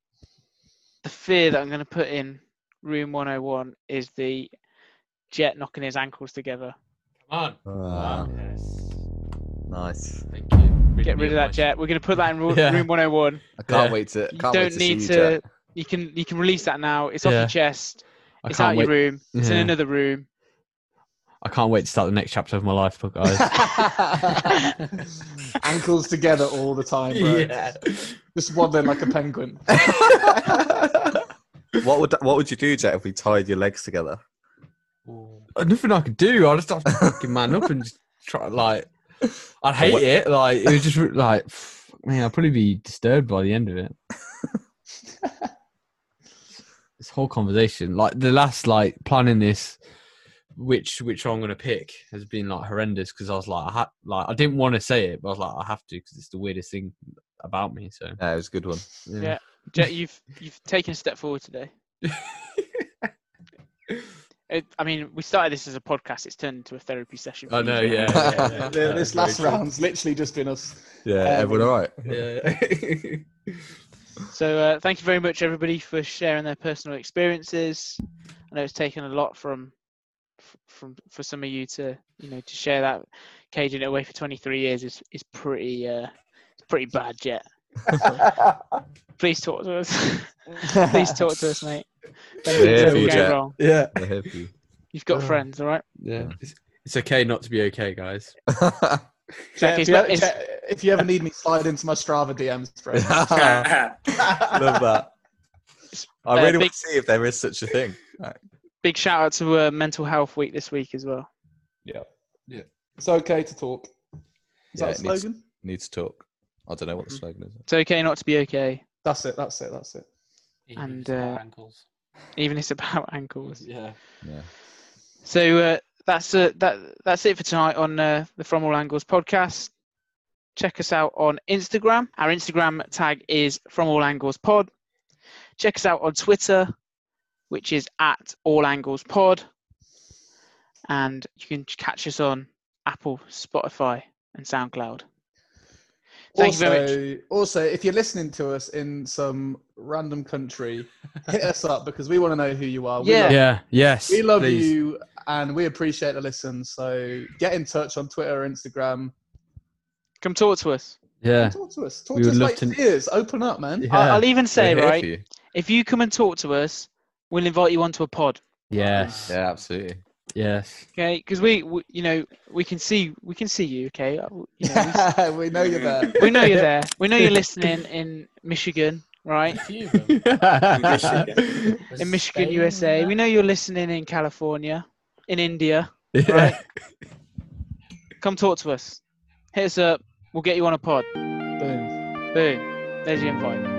Speaker 7: the fear that I'm going to put in room 101 is the jet knocking his ankles together.
Speaker 8: Come on.
Speaker 5: Ah,
Speaker 8: yes.
Speaker 5: nice.
Speaker 8: Thank you.
Speaker 7: Get rid of that jet. We're going to put that in ru-
Speaker 2: Yeah.
Speaker 7: room 101.
Speaker 5: I can't
Speaker 2: Yeah.
Speaker 5: wait to.
Speaker 7: you
Speaker 5: Can't wait
Speaker 7: don't
Speaker 5: to
Speaker 7: need
Speaker 5: see you,
Speaker 7: to.
Speaker 5: Jack.
Speaker 7: You can you can release that now. It's off
Speaker 2: Yeah.
Speaker 7: your chest.
Speaker 2: I
Speaker 7: It's out
Speaker 2: can't
Speaker 7: your
Speaker 2: wait.
Speaker 7: room. It's in
Speaker 2: Yeah.
Speaker 7: another room.
Speaker 2: I can't wait to start the next chapter of my life, guys.
Speaker 4: Ankles together all the time, bro. Just waddling like a penguin.
Speaker 5: What would What would you do, Jack, if we tied your legs together?
Speaker 3: Ooh.
Speaker 2: Uh, Nothing I could do. I just have to fucking man up and just try. Like, I'd hate
Speaker 5: What-
Speaker 2: it. Like, it was just re- like, pff, man, I'd probably be disturbed by the end of it. this whole conversation, like the last, like planning this, which which I'm gonna pick, has been like horrendous because I was like, I had like I didn't want to say it, but I was like, I have to because it's the weirdest thing about me. So
Speaker 5: Yeah, it was a good one.
Speaker 2: yeah,
Speaker 7: Jet, you've you've taken a step forward today. It, I mean, we started this as a podcast. It's turned into a therapy session. for
Speaker 2: I
Speaker 7: you,
Speaker 2: know.
Speaker 7: Jet.
Speaker 2: Yeah,
Speaker 4: The-
Speaker 2: yeah, yeah.
Speaker 4: this
Speaker 5: Very
Speaker 4: last
Speaker 5: true.
Speaker 4: round's literally just been us.
Speaker 5: Yeah,
Speaker 4: Um,
Speaker 5: everyone, all right.
Speaker 7: Uh,
Speaker 2: yeah.
Speaker 7: So uh, thank you very much, everybody, for sharing their personal experiences. I know it's taken a lot from f- from for some of you to you know to share that caging it away for 23 years is is pretty uh pretty bad jet please talk to us please talk to us mate Don't
Speaker 5: Yeah,
Speaker 7: let
Speaker 5: for you,
Speaker 7: it go
Speaker 5: Jet.
Speaker 7: wrong.
Speaker 2: yeah.
Speaker 5: I hope you.
Speaker 7: you've got friends all right
Speaker 2: Yeah. It's, it's okay not to be okay, guys.
Speaker 4: Jack,
Speaker 7: Jack,
Speaker 4: if,
Speaker 7: it's
Speaker 4: you,
Speaker 7: not- it's-
Speaker 4: Jack, if you ever need me, slide into my Strava DMs, bro.
Speaker 5: Love that. I really
Speaker 7: big-
Speaker 5: want to see if there is such a thing.
Speaker 7: big shout out to uh, mental health week this week as well
Speaker 4: It's okay to talk. Is that
Speaker 5: Yeah,
Speaker 4: a
Speaker 5: it needs-
Speaker 4: slogan?
Speaker 5: Need to talk. I don't know what the
Speaker 7: Mm.
Speaker 5: slogan is.
Speaker 7: it's okay not to be okay
Speaker 4: That's it. That's it. That's it.
Speaker 3: Even
Speaker 7: And,
Speaker 3: just our
Speaker 7: uh,
Speaker 3: ankles.
Speaker 7: even if it's about ankles
Speaker 8: Yeah.
Speaker 5: Yeah.
Speaker 7: so uh, that's uh, that that's it for tonight on uh, the from all angles podcast check us out on instagram our instagram tag is from all angles pod check us out on twitter which is at all angles pod and you can catch us on apple spotify and soundcloud Thank you
Speaker 4: also,
Speaker 7: very much.
Speaker 4: also, if you're listening to us in some random country, hit us up because we want to know who you are. We
Speaker 7: Yeah.
Speaker 4: love-
Speaker 2: Yeah. Yes.
Speaker 4: we love
Speaker 2: please.
Speaker 4: you and we appreciate the listen. So get in touch on Twitter, Instagram.
Speaker 7: Come talk to us.
Speaker 2: Yeah.
Speaker 4: Talk to us. Talk
Speaker 2: We
Speaker 4: to
Speaker 2: would
Speaker 4: us
Speaker 2: love
Speaker 4: like
Speaker 2: to-
Speaker 4: ears. Open up, man.
Speaker 2: Yeah.
Speaker 7: I- I'll even say,
Speaker 5: We're here
Speaker 7: right,
Speaker 5: for you.
Speaker 7: if you come and talk to us, we'll invite you onto a pod.
Speaker 2: Yes.
Speaker 5: Yeah, absolutely.
Speaker 2: Yes.
Speaker 7: Okay, because we, we, you know, we can see, we can see you. Okay, Uh, w- you know,
Speaker 4: we know you're there.
Speaker 7: we, we know you're there. We know you're listening in Michigan, right?
Speaker 3: A few of them. There's
Speaker 7: In Michigan,
Speaker 3: Spain
Speaker 7: USA.
Speaker 3: there.
Speaker 7: We know you're listening in California, in India.
Speaker 2: Yeah.
Speaker 7: Right. Come talk to us. Hit us up. We'll get you on a pod.
Speaker 4: Boom.
Speaker 7: Boom. There's your invite.